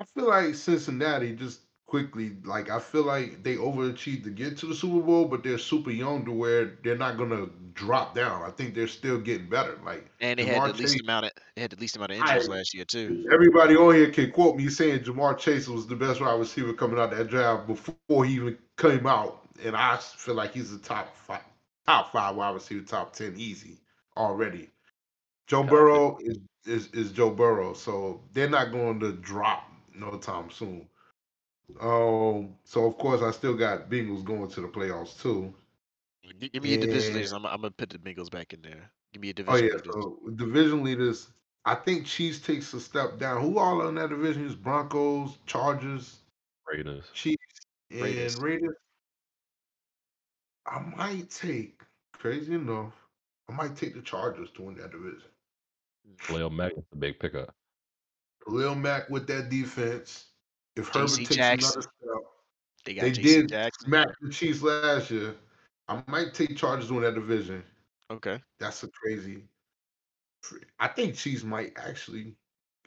C: I feel like Cincinnati just quickly, like I feel like they overachieved to get to the Super Bowl, but they're super young to where they're not gonna drop down. I think they're still getting better. Like
A: And they
C: Jamar
A: had the least
C: Chase-
A: amount of they had the least amount of injuries
C: I-
A: last year too.
C: everybody on here can quote me saying Jamar Chase was the best wide receiver coming out that draft before he even came out, and I s- feel like he's a top five, top five wide receiver, top ten easy already. Joe
B: Yeah, I
C: Burrow is, is is Joe Burrow, so they're not going to drop no time soon. Um, so of course I still got Bengals going to the playoffs too.
A: Gi- Give me your division
C: Yeah.
A: leaders. I'm, I'm gonna put the Bengals back in there. Give me your
C: Oh
A: division
C: yeah,
A: leaders.
C: so division leaders. I think Chiefs takes a step down. Who all in that division is Broncos, Chargers,
B: Raiders.
C: Chiefs, and
A: Raiders.
C: Raiders. I might take crazy enough. I might take the Chargers to win that division.
B: Leo Mack is a big pickup.
C: Lil Mac with that defense. If Herbert
A: JC
C: takes
A: Jackson.
C: another step,
A: They got
C: they
A: J.C.
C: did
A: Jackson.
C: smack the Chiefs last year. I might take Chargers to win that division.
A: Okay.
C: That's a crazy. I think Chiefs might actually.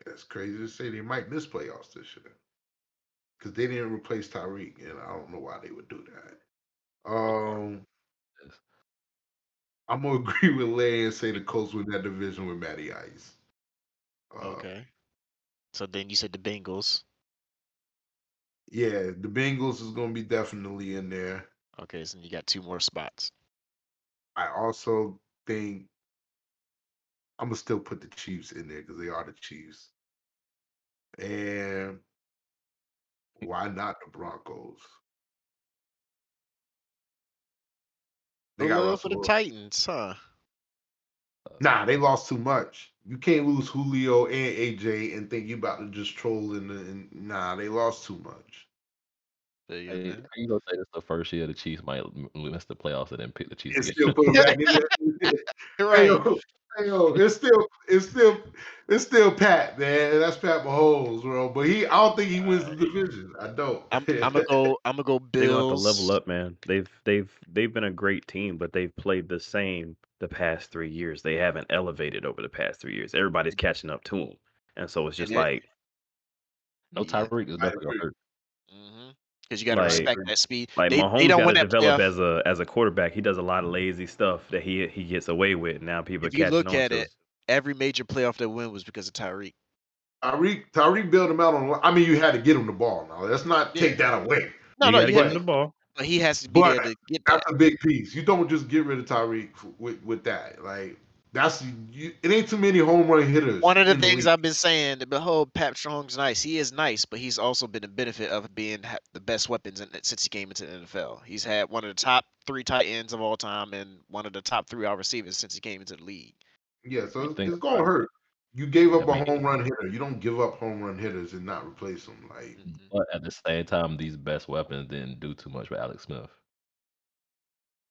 C: That's crazy to say. They might miss playoffs this year because they didn't replace Tyreek, and I don't know why they would do that. Um, I'm gonna agree with Larry and say the Colts win that division with Matty Ice. Uh,
A: Okay. So then you said the Bengals.
C: Yeah, the Bengals is gonna be definitely in there.
A: Okay, so you got two more spots.
C: I also think I'm gonna still put the Chiefs in there because they are the Chiefs. And why not the Broncos?
A: No love Oh, for
C: Russell
A: the
C: Wil-
A: Titans, huh?
B: Uh,
C: Nah, they lost too much. You can't lose Julio and AJ and think you about to just troll in the. And, nah, they lost too much.
B: Hey, how you gonna say this the first year the Chiefs might m- miss the playoffs and then pick the Chiefs
C: And
B: again?
C: still put 'em back in there. Hey,
A: Right.
C: yo, hey, yo, it's still, it's still, it's still Pat, man. That's Pat Mahomes, bro. But he, I don't think he wins the division. I don't.
A: I'm, I'm gonna go. I'm gonna go
D: They're
A: Bills.
D: gonna have to level up, man. They've they've they've been a great team, but they've played the same the past three years. They haven't elevated over the past three years. Everybody's catching up to them, and so it's just
C: Yeah.
D: like
B: No,
A: Yeah,
B: Tyreek is definitely gonna
C: agree.
B: hurt.
A: Mm-hmm. Because you gotta
D: Like-
A: respect that speed.
D: like
A: they,
D: Mahomes
A: they don't
D: got
A: want
D: to
A: that
D: develop
A: playoff-
D: as a as a quarterback. He does a lot of lazy stuff that he he gets away with. Now people
A: If
D: are
A: you
D: catching
A: look
D: on
A: at
D: to
A: it, every major playoff that win was because of Tyreek.
C: Tyreek, Tyreek built him out on. I mean, you had to get him the ball. Now let's not take that away.
A: No, no,
D: you gotta
A: you
D: get
A: had
D: him
A: to,
D: the ball.
A: but he has to be there
C: But
A: to get that.
C: That's a big piece. You don't just get rid of Tyreek f- with with that. Like that's you, it ain't too many home run hitters.
A: One of the
C: in
A: things
C: league.
A: I've been saying, that behold, Pat Strong's nice. He is nice, but he's also been the benefit of being ha- the best weapons in, since he came into the NFL. He's had one of the top three tight ends of all time and one of the top three out receivers since he came into the league.
C: yeah, so
B: You
C: it's,
B: think
C: it's gonna
B: about it.
C: hurt. You gave up
B: I
C: a
B: mean-
C: home run hitter. You don't give up home run hitters and not replace them. Like
D: Mm-hmm.
A: Mhm.
B: But at the same time, these best weapons didn't do too much with Alex Smith.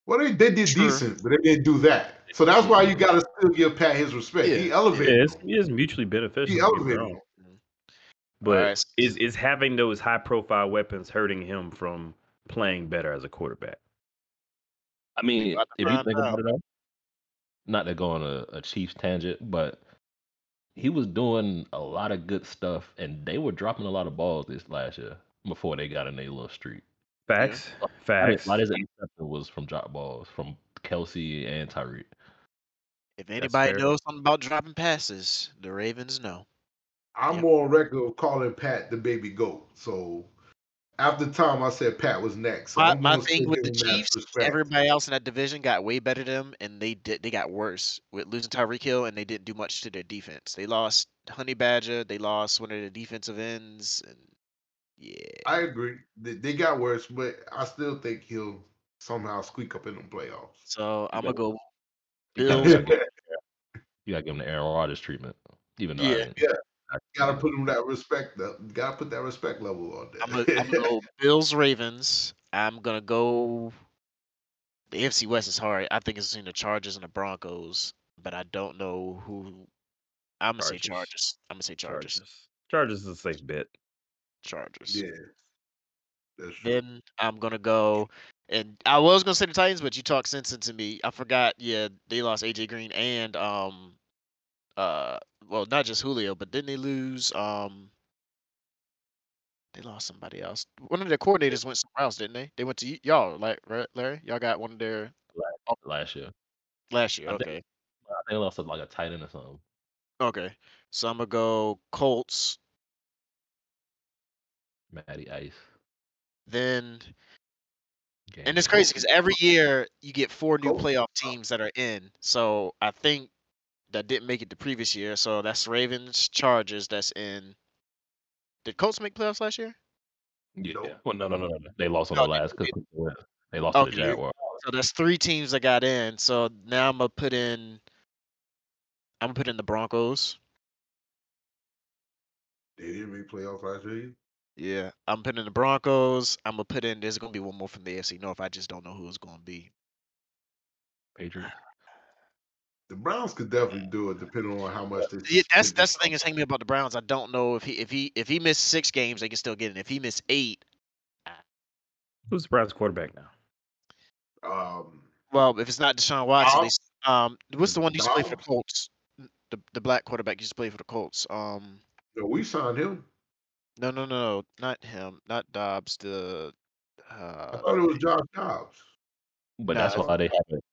C: Well, they, they did
A: Sure.
C: decent, but they didn't do that. So that's why you got to still give Pat his respect. He
A: Yeah.
D: Yeah,
C: elevated
D: it's,
C: him.
D: it's mutually beneficial.
C: He
D: don't get me
C: elevated
D: wrong.
C: him.
D: But
A: Alright, s-
D: is is having those high profile weapons hurting him from playing better as a quarterback?
B: I mean,
A: about to
B: if you
A: find
B: think
A: out.
B: about it, though, not to go on a, a Chiefs tangent, but he was doing a lot of good stuff, and they were dropping a lot of balls this last year before they got in their little streak.
D: Facts,
B: A lot of-
D: facts.
B: a lot of his interception was from drop balls from Kelsey and Tyreek.
A: if anybody
D: fair.
A: knows something about dropping passes, the Ravens know.
C: I'm
A: Yep.
C: on record of calling Pat the baby goat. So after time, I said Pat was next. So
A: My,
C: I'm
A: my
C: gonna
A: thing
C: still
A: with the
C: give him that
A: Chiefs,
C: respect.
A: everybody else in that division got way better than them, and they did they got worse with losing Tyreek Hill, and they didn't do much to their defense. They lost Honey Badger, they lost one of their defensive ends, and yeah,
C: I agree. They, they got worse, but I still think he'll somehow squeak up in the playoffs.
A: so I'm gonna go
B: You gotta
A: Bills.
B: give him- you gotta give him the Aaron Rodgers treatment, even though I
A: Yeah.
B: didn't-
C: Yeah.
B: I-
C: gotta put him that respect. Up. Gotta put that respect level on there.
A: I'm gonna, I'm gonna go Bills Ravens. I'm gonna go. The AFC West is hard. I think it's between the Chargers and the Broncos, but I don't know who. I'm gonna say
D: Chargers.
A: Chargers. I'm gonna say Chargers.
D: Chargers. Chargers is a safe bet.
A: Chargers.
C: yeah, that's true.
A: Then I'm gonna go, and I was gonna say the Titans, but you talked sense into me. I forgot. Yeah, they lost AJ Green and um, uh, well, not just Julio, but didn't they lose um? They lost somebody else. One of their coordinators went somewhere else, didn't they? They went to y- y'all, like right, Larry. Y'all got one of their
B: last year.
A: last year.
B: I think-
A: Okay,
B: I think they lost to, like a tight end or something.
A: okay. So I'm gonna go Colts.
B: Matty Ice.
A: Then
B: Game
A: And it's
B: day.
A: crazy Oh. because every year you get four new
C: Colts are
A: playoff
C: tough.
A: teams that are in. So I think that didn't make it the previous year. So that's Ravens, Chargers. That's in. Did Colts make playoffs last year?
B: Yeah.
C: Nope.
B: Well, no, no, no, no. no. They lost on
A: No,
B: the
A: they-
B: last because they lost to
A: Okay.
B: the Jaguars.
A: So that's three teams that got in. So now I'm gonna put in. I'm gonna put in the Broncos.
C: They didn't make playoffs last year. either.
A: Yeah, I'm putting in the Broncos. I'm gonna put in. There's gonna be one more from the AFC North. I just don't know who it's gonna be.
B: Patriots.
C: The Browns could definitely do it, depending on how much they.
A: Yeah, that's
C: suspended.
A: that's the thing that's hanging me about the Browns. I don't know if he if he if he missed six games, they can still get in. If he missed eight,
D: Who's the Browns quarterback now?
C: Um,
A: Well, if it's not Deshaun Watson,
C: I'll-
A: they, s- um, what's the one who used to play for the
C: Donald.
A: Colts? The the black quarterback used to play for the Colts. Um,
C: No, we signed him.
A: No, no, no, no, not him, not Dobbs. The uh,
C: I
B: Uh-huh.
C: thought it was Josh Dobbs.
B: But
A: Nah,
B: that's
A: it's-
B: why they haven't.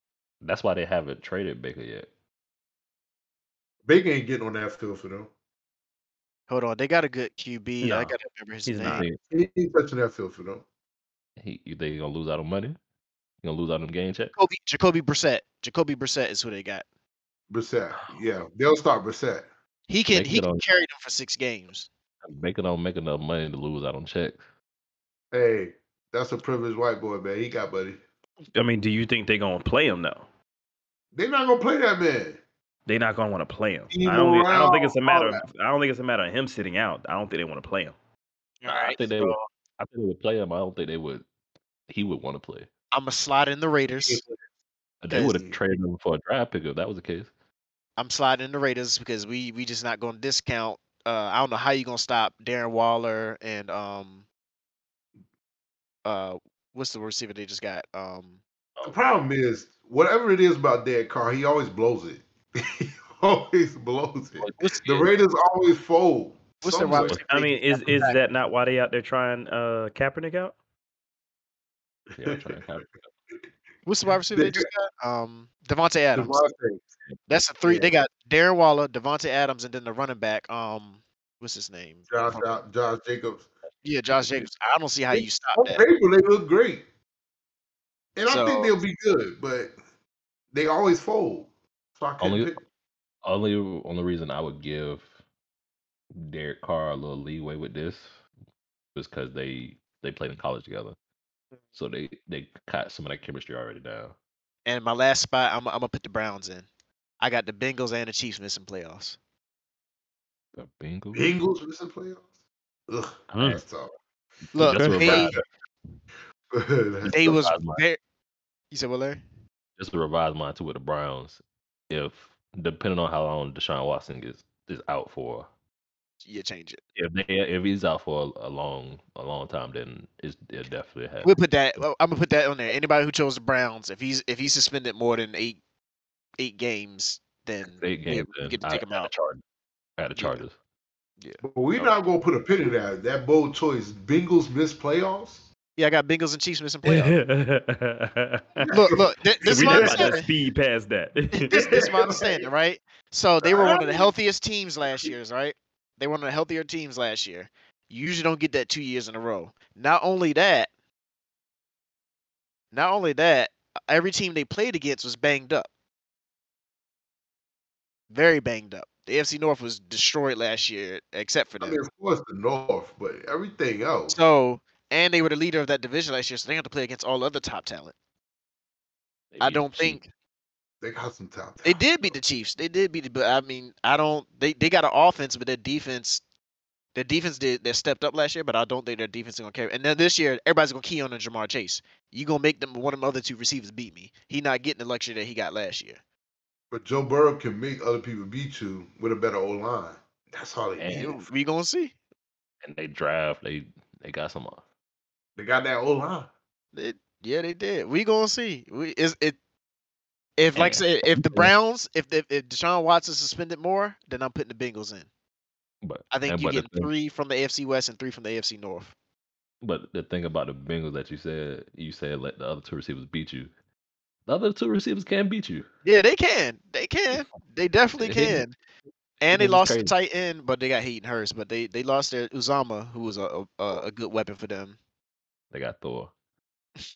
B: That's why they haven't traded Baker yet.
C: Baker ain't getting on that field for them.
A: hold on, they got a good QB. I
B: No,
A: gotta remember his
B: He's
A: name.
B: not.
C: He ain't touching that field for them.
B: He, he- they gonna lose out on money. You gonna lose out on game check.
A: Jacoby, Jacoby Brissett. Jacoby Brissett is who they got.
C: Brissett.
A: Oh.
C: Yeah, they'll start Brissett.
A: He can
B: They
A: he
B: get
A: can
B: on-
A: carry them for six games.
B: Baker don't make enough money to lose out on checks.
C: Hey, that's a privileged white boy, man. He got buddy.
D: I mean, do you think they gonna play him though?
C: They're not gonna play that man.
D: They're not gonna want to play him.
C: He
D: I don't. Think, I don't think
C: around
D: it's a matter. Of, I don't think it's a matter of him sitting out. I don't think they want to play him.
A: All
B: I
A: right,
B: think they
A: so
B: would. I think they would play him. I don't think they would. He would want to play.
A: I'm gonna slide in the Raiders.
B: They would have
C: Yes.
B: traded him for a draft pick if that was the case.
A: I'm sliding in the Raiders because we we just not gonna discount. Uh, I don't know how you gonna stop Darren Waller and um uh what's the receiver they just got um
C: The problem is, whatever it is about Derek Carr, he always blows it. he always blows it.
A: what's
C: The Raiders always fold.
A: what's the
C: somewhere.
A: wide receiver
D: I
A: they
D: mean,
A: just
D: is
A: got
D: is
A: back?
D: that not why they out there trying uh Kaepernick out?
B: Yeah, I'm trying to count.
A: what's the wide receiver they
C: they-
A: just got um Devonte Adams.
C: Devontae.
A: That's the three. They got Darren Waller, Devonte Adams, and then the running back. Um, what's his name?
C: Josh, Josh Jacobs.
A: Yeah, Josh Jacobs. I don't see how you stop
C: On
A: that.
C: paper, they look great, and I
A: So-
C: think they'll be good, but they always fold. So I couldn't
B: Only-
C: pick.
B: Only only reason I would give Derek Carr a little leeway with this was because they they played in college together, so they they caught some of that chemistry already down.
A: And my last spot, I'm I'm gonna put the Browns in. I got the Bengals and the Chiefs missing playoffs.
B: The Bengals.
C: Bengals missing playoffs. Ugh,
D: Mm.
C: that's tough.
A: Look,
B: Just,
A: they-
B: a revised,
C: That's
A: They
B: the
A: was
B: Cosmo.
A: very. You said what, Larry?
B: just to revise mine too with the Browns. If depending on how long Deshaun Watson is is out for,
A: Yeah, change it.
B: if they if he's out for a, a long a long time, then it's it definitely has.
A: We'll put that. well, I'm gonna put that on there. Anybody who chose the Browns, if he's if he's suspended more than eight eight games, then
B: Eight
A: yeah,
B: games.
A: we
B: in,
A: get to
B: I-
A: take him
B: I had the
A: out.
B: Chargers. I had the
A: Yeah.
B: Chargers.
C: But we're not gonna put a pin in that. That bold choice. Bengals miss playoffs.
A: Yeah, I got Bengals and Chiefs missing playoffs.
D: Look,
A: look, look, th- this is
D: we
A: my
D: not about
A: understanding.
D: to speed past that.
A: this, this is my understanding, right? So they were one of the healthiest teams last year's, right? They were one of the healthier teams last year. You usually don't get that two years in a row. Not only that, not only that, every team they played against was banged up. Very banged up. The AFC North was destroyed last year, except for
C: I
A: them.
C: mean, of course, the North, but everything else.
A: So, and they were the leader of that division last year, so they have to play against all other top talent.
B: They
A: I
B: beat the
A: don't
B: Chiefs.
A: think
C: They got some talent.
A: They did beat the Chiefs. They did beat the. But I mean, I don't. They they got an offense, but their defense, their defense did they stepped up last year. But I don't think their defense is gonna carry. And then this year, everybody's gonna key on the Jamar Chase. You gonna make them one of the other two receivers beat me. He not getting the luxury that he got last year.
C: But Joe Burrow can make other people beat you with a better O line. That's all they
B: And-
C: need.
A: You- We gonna see.
B: and they draft. They they got some. uh,
C: They got that O line.
A: They- yeah, they did. We gonna see. We is it. If like I
B: Yeah.
A: said, if the
B: Yeah.
A: Browns, if the, if Deshaun Watson suspended more, then I'm putting the Bengals in.
B: But
A: I think
B: and
A: you
B: but the
A: get
B: thing-
A: three from the AFC West and three from the AFC North.
B: But the thing about the Bengals that you said, you said let the other two receivers beat you. The other two receivers can beat you.
A: Yeah, they can. They can. They definitely
B: They can.
A: can. And they
B: This is
A: lost the
B: crazy.
A: tight end, but they got Hayden Hurst. But they, they lost their Uzama, who was a, a a good weapon for them.
B: They got Thor.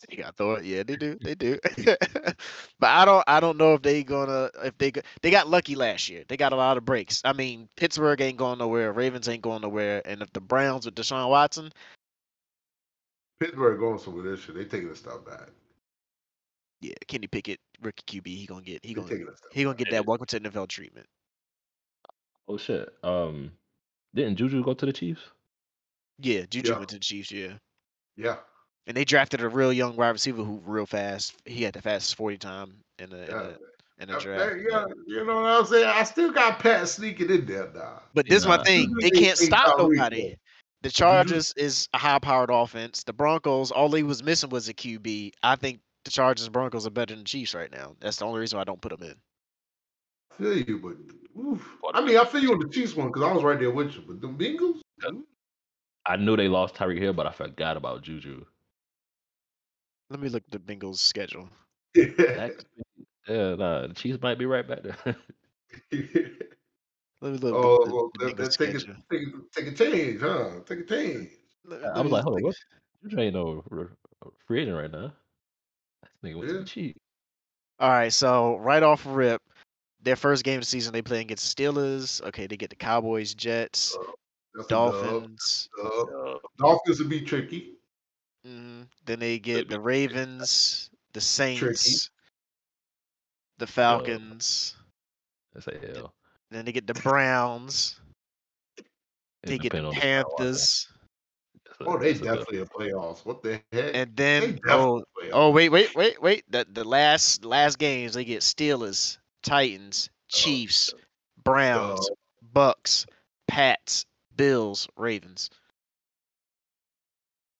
A: They got Thor. Yeah, they do. They do. but I don't I don't know if they gonna if they go- they got lucky last year. They got a lot of breaks. I mean, Pittsburgh ain't going nowhere. Ravens ain't going nowhere. And if the Browns with Deshaun Watson,
C: Pittsburgh going somewhere this year. They taking a step back.
A: yeah, Kenny Pickett, rookie QB, he gonna get he
C: They
A: gonna
C: taking a step.
A: he gonna get
B: Yeah.
A: that welcome to NFL treatment.
B: Oh shit. Um, didn't Juju go to the Chiefs?
A: Yeah, Juju
C: Yeah.
A: went to the Chiefs. Yeah.
C: Yeah,
A: And they drafted a real young wide receiver who real fast. He had the fastest forty time in the
C: yeah.
A: in the, in
C: Uh,
A: the draft.
C: that- yeah, you know what I'm saying. I still got Pat sneaking in there, dog.
A: But this is my
B: Nah.
A: thing. They
C: Usually
A: can't
C: they
A: stop
C: Tyreek
A: nobody.
C: Hill.
A: The
C: Mm-hmm.
A: Chargers is a high powered offense. The Broncos, all they was missing was a QB. I think the Chargers and Broncos are better than the Chiefs right now. That's the only reason why I don't put them in.
C: feel you, but oof. I mean, I feel you on the Chiefs one because I was right there with you. But the Bengals,
B: I knew they lost Tyreek Hill, but I forgot about Juju.
A: Let me look at the Bengals schedule.
B: That could be- yeah, nah, the Chiefs might be right back there.
A: Let me look.
C: oh,
A: at the,
C: well,
A: the
C: that, that
A: Bengals
C: take, a,
A: schedule.
C: take, a, take a change, huh? Take a change.
A: Let-
B: I
A: let
B: was
A: me look
B: like, hold on,
A: at-
B: what? Juju ain't no re- free agent right now. That nigga went to
C: Yeah.
B: the Chiefs.
A: All right, so right off rip, their first game of the season they play against Steelers. Okay, they get the Cowboys, Jets,
C: That's a dub,
A: Dolphins.
C: dub.
B: Uh,
C: Dolphins would be tricky.
A: mhm, Then they get the Ravens, the Saints,
C: uh, Tricky.
A: the Falcons.
B: that's a hell.
A: Then they get the Browns.
B: It
A: They get
B: depend
A: the
B: on the crowd watching.
A: Panthers,
B: That's a-
C: Oh, they
B: that's a dub.
C: definitely a playoffs. What the heck?
A: and
C: they
A: then
C: definitely
A: oh
C: playoffs.
A: oh wait wait wait wait the the last last games they get Steelers, Titans,
C: Oh,
A: Chiefs, Browns,
C: Dub.
A: Bucks, Pats, Bills, Ravens.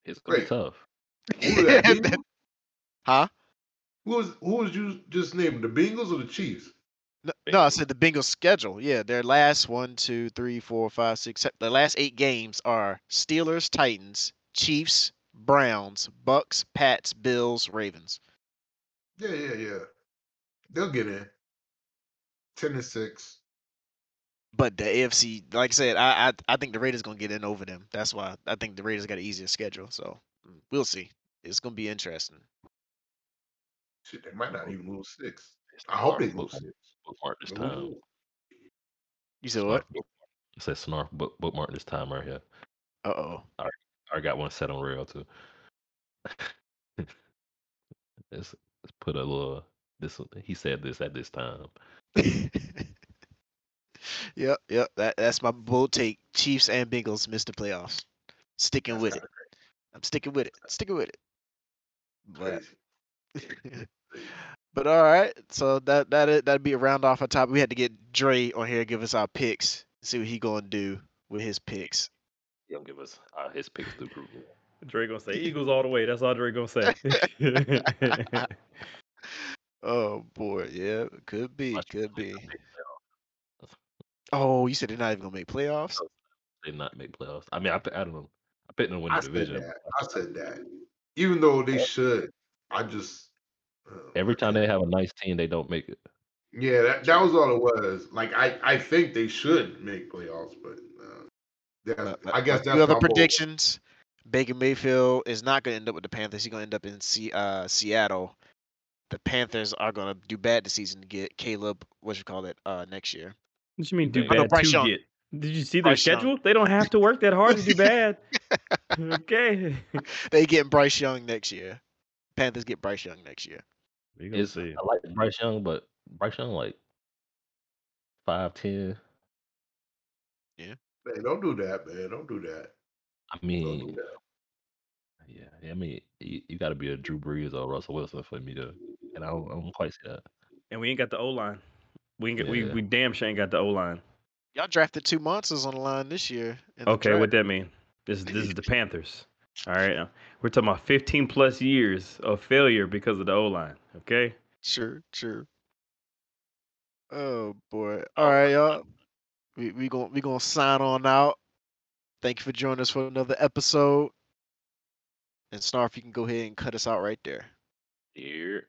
B: It's gonna be
C: Great.
B: tough.
C: Who was that, Bengals?
A: huh?
C: Who was who was you just named? The Bengals or the Chiefs?
A: No, no, I
B: Bengals.
A: said the Bengals schedule. Yeah, their last one, two, three, four, five, six, seven. The last eight games are Steelers, Titans, Chiefs, Browns, Bucks, Pats, Bills, Ravens.
C: Yeah, yeah, yeah. They'll get in. Ten and six.
A: But the AFC, like I said, I I, I think the Raiders gonna get in over them. That's why I think the Raiders got an easier schedule. So mm, we'll see. It's gonna be interesting.
C: Shit, they might not even move six.
B: It's
C: I hope
B: snarf
C: they move
B: book-
C: six.
B: bookmark this time.
C: Ooh.
A: You said what?
B: Snarf book- I said snarf book, bookmark this time right here.
A: Uh oh.
B: I got one set on rail too. let's, let's put a little. This he said this at this time.
A: yep, yep. That that's my bold take. Chiefs and Bengals missed the playoffs. Sticking
C: That's
A: with it.
C: kinda
A: I'm sticking with it. Sticking with it. But
C: crazy.
A: but all right. So that that it- that'd be a round off our top. We had to get Dre on here, give us our picks, see what he gonna do with his picks.
B: He'll give us uh, his picks through group.
D: Dre gonna say Eagles all the way. That's all Dre gonna say.
A: Oh boy, yeah, could be,
B: Watch
A: could
B: They're
A: be.
B: not make playoffs.
A: Oh, you said they're not even gonna make playoffs.
C: Oh,
B: They not make playoffs. I mean, I, pick- I don't know. I picked them to win
C: I
B: the
C: said
B: division.
C: that. I said that. Even though they should, I just uh,
B: Every time they have a nice team, they don't make it.
C: yeah, that, that was all it was. Like I, I think they should make playoffs, but uh,
A: Uh,
C: that's,
A: uh,
C: I guess
A: a
C: that's
A: few
C: my
A: other
C: whole-
A: predictions. Baker Mayfield is not going to end up with the Panthers. He's going to end up in C- uh, Seattle. The Panthers are going to do bad this season to get Caleb. What you call it? Uh, next year.
D: what you mean do
B: Oh, no,
D: bad
A: Bryce
D: to
A: Young.
D: get? Did you see their
A: Bryce Young.
D: schedule? They don't have to work that hard to do bad. okay.
A: They getting Bryce Young next year. Panthers get Bryce Young next year.
D: We gonna
B: It's, I
D: see.
B: like Bryce Young, but Bryce Young like five ten.
C: Man, don't do that, man. Don't do that.
B: I
C: Don't
B: mean,
C: do that.
B: Yeah, I mean, you, you got to be a Drew Brees or Russell Wilson for me to, and I don't, I don't quite see that.
D: And we ain't got the O line. We ain't get, we
B: Yeah.
D: we damn sure ain't got the O line.
A: Y'all drafted two monsters on the line this year. in the
D: Okay, what
A: draft.
D: that mean? This this is the Panthers. All right, now, we're talking about 15 plus years of failure because of the O line. Okay,
A: Sure, sure. Oh boy. All right, y'all. We we going we gonna sign on out. Thank you for joining us for another episode. And Snarf, you can go ahead and cut us out right there.
B: Here.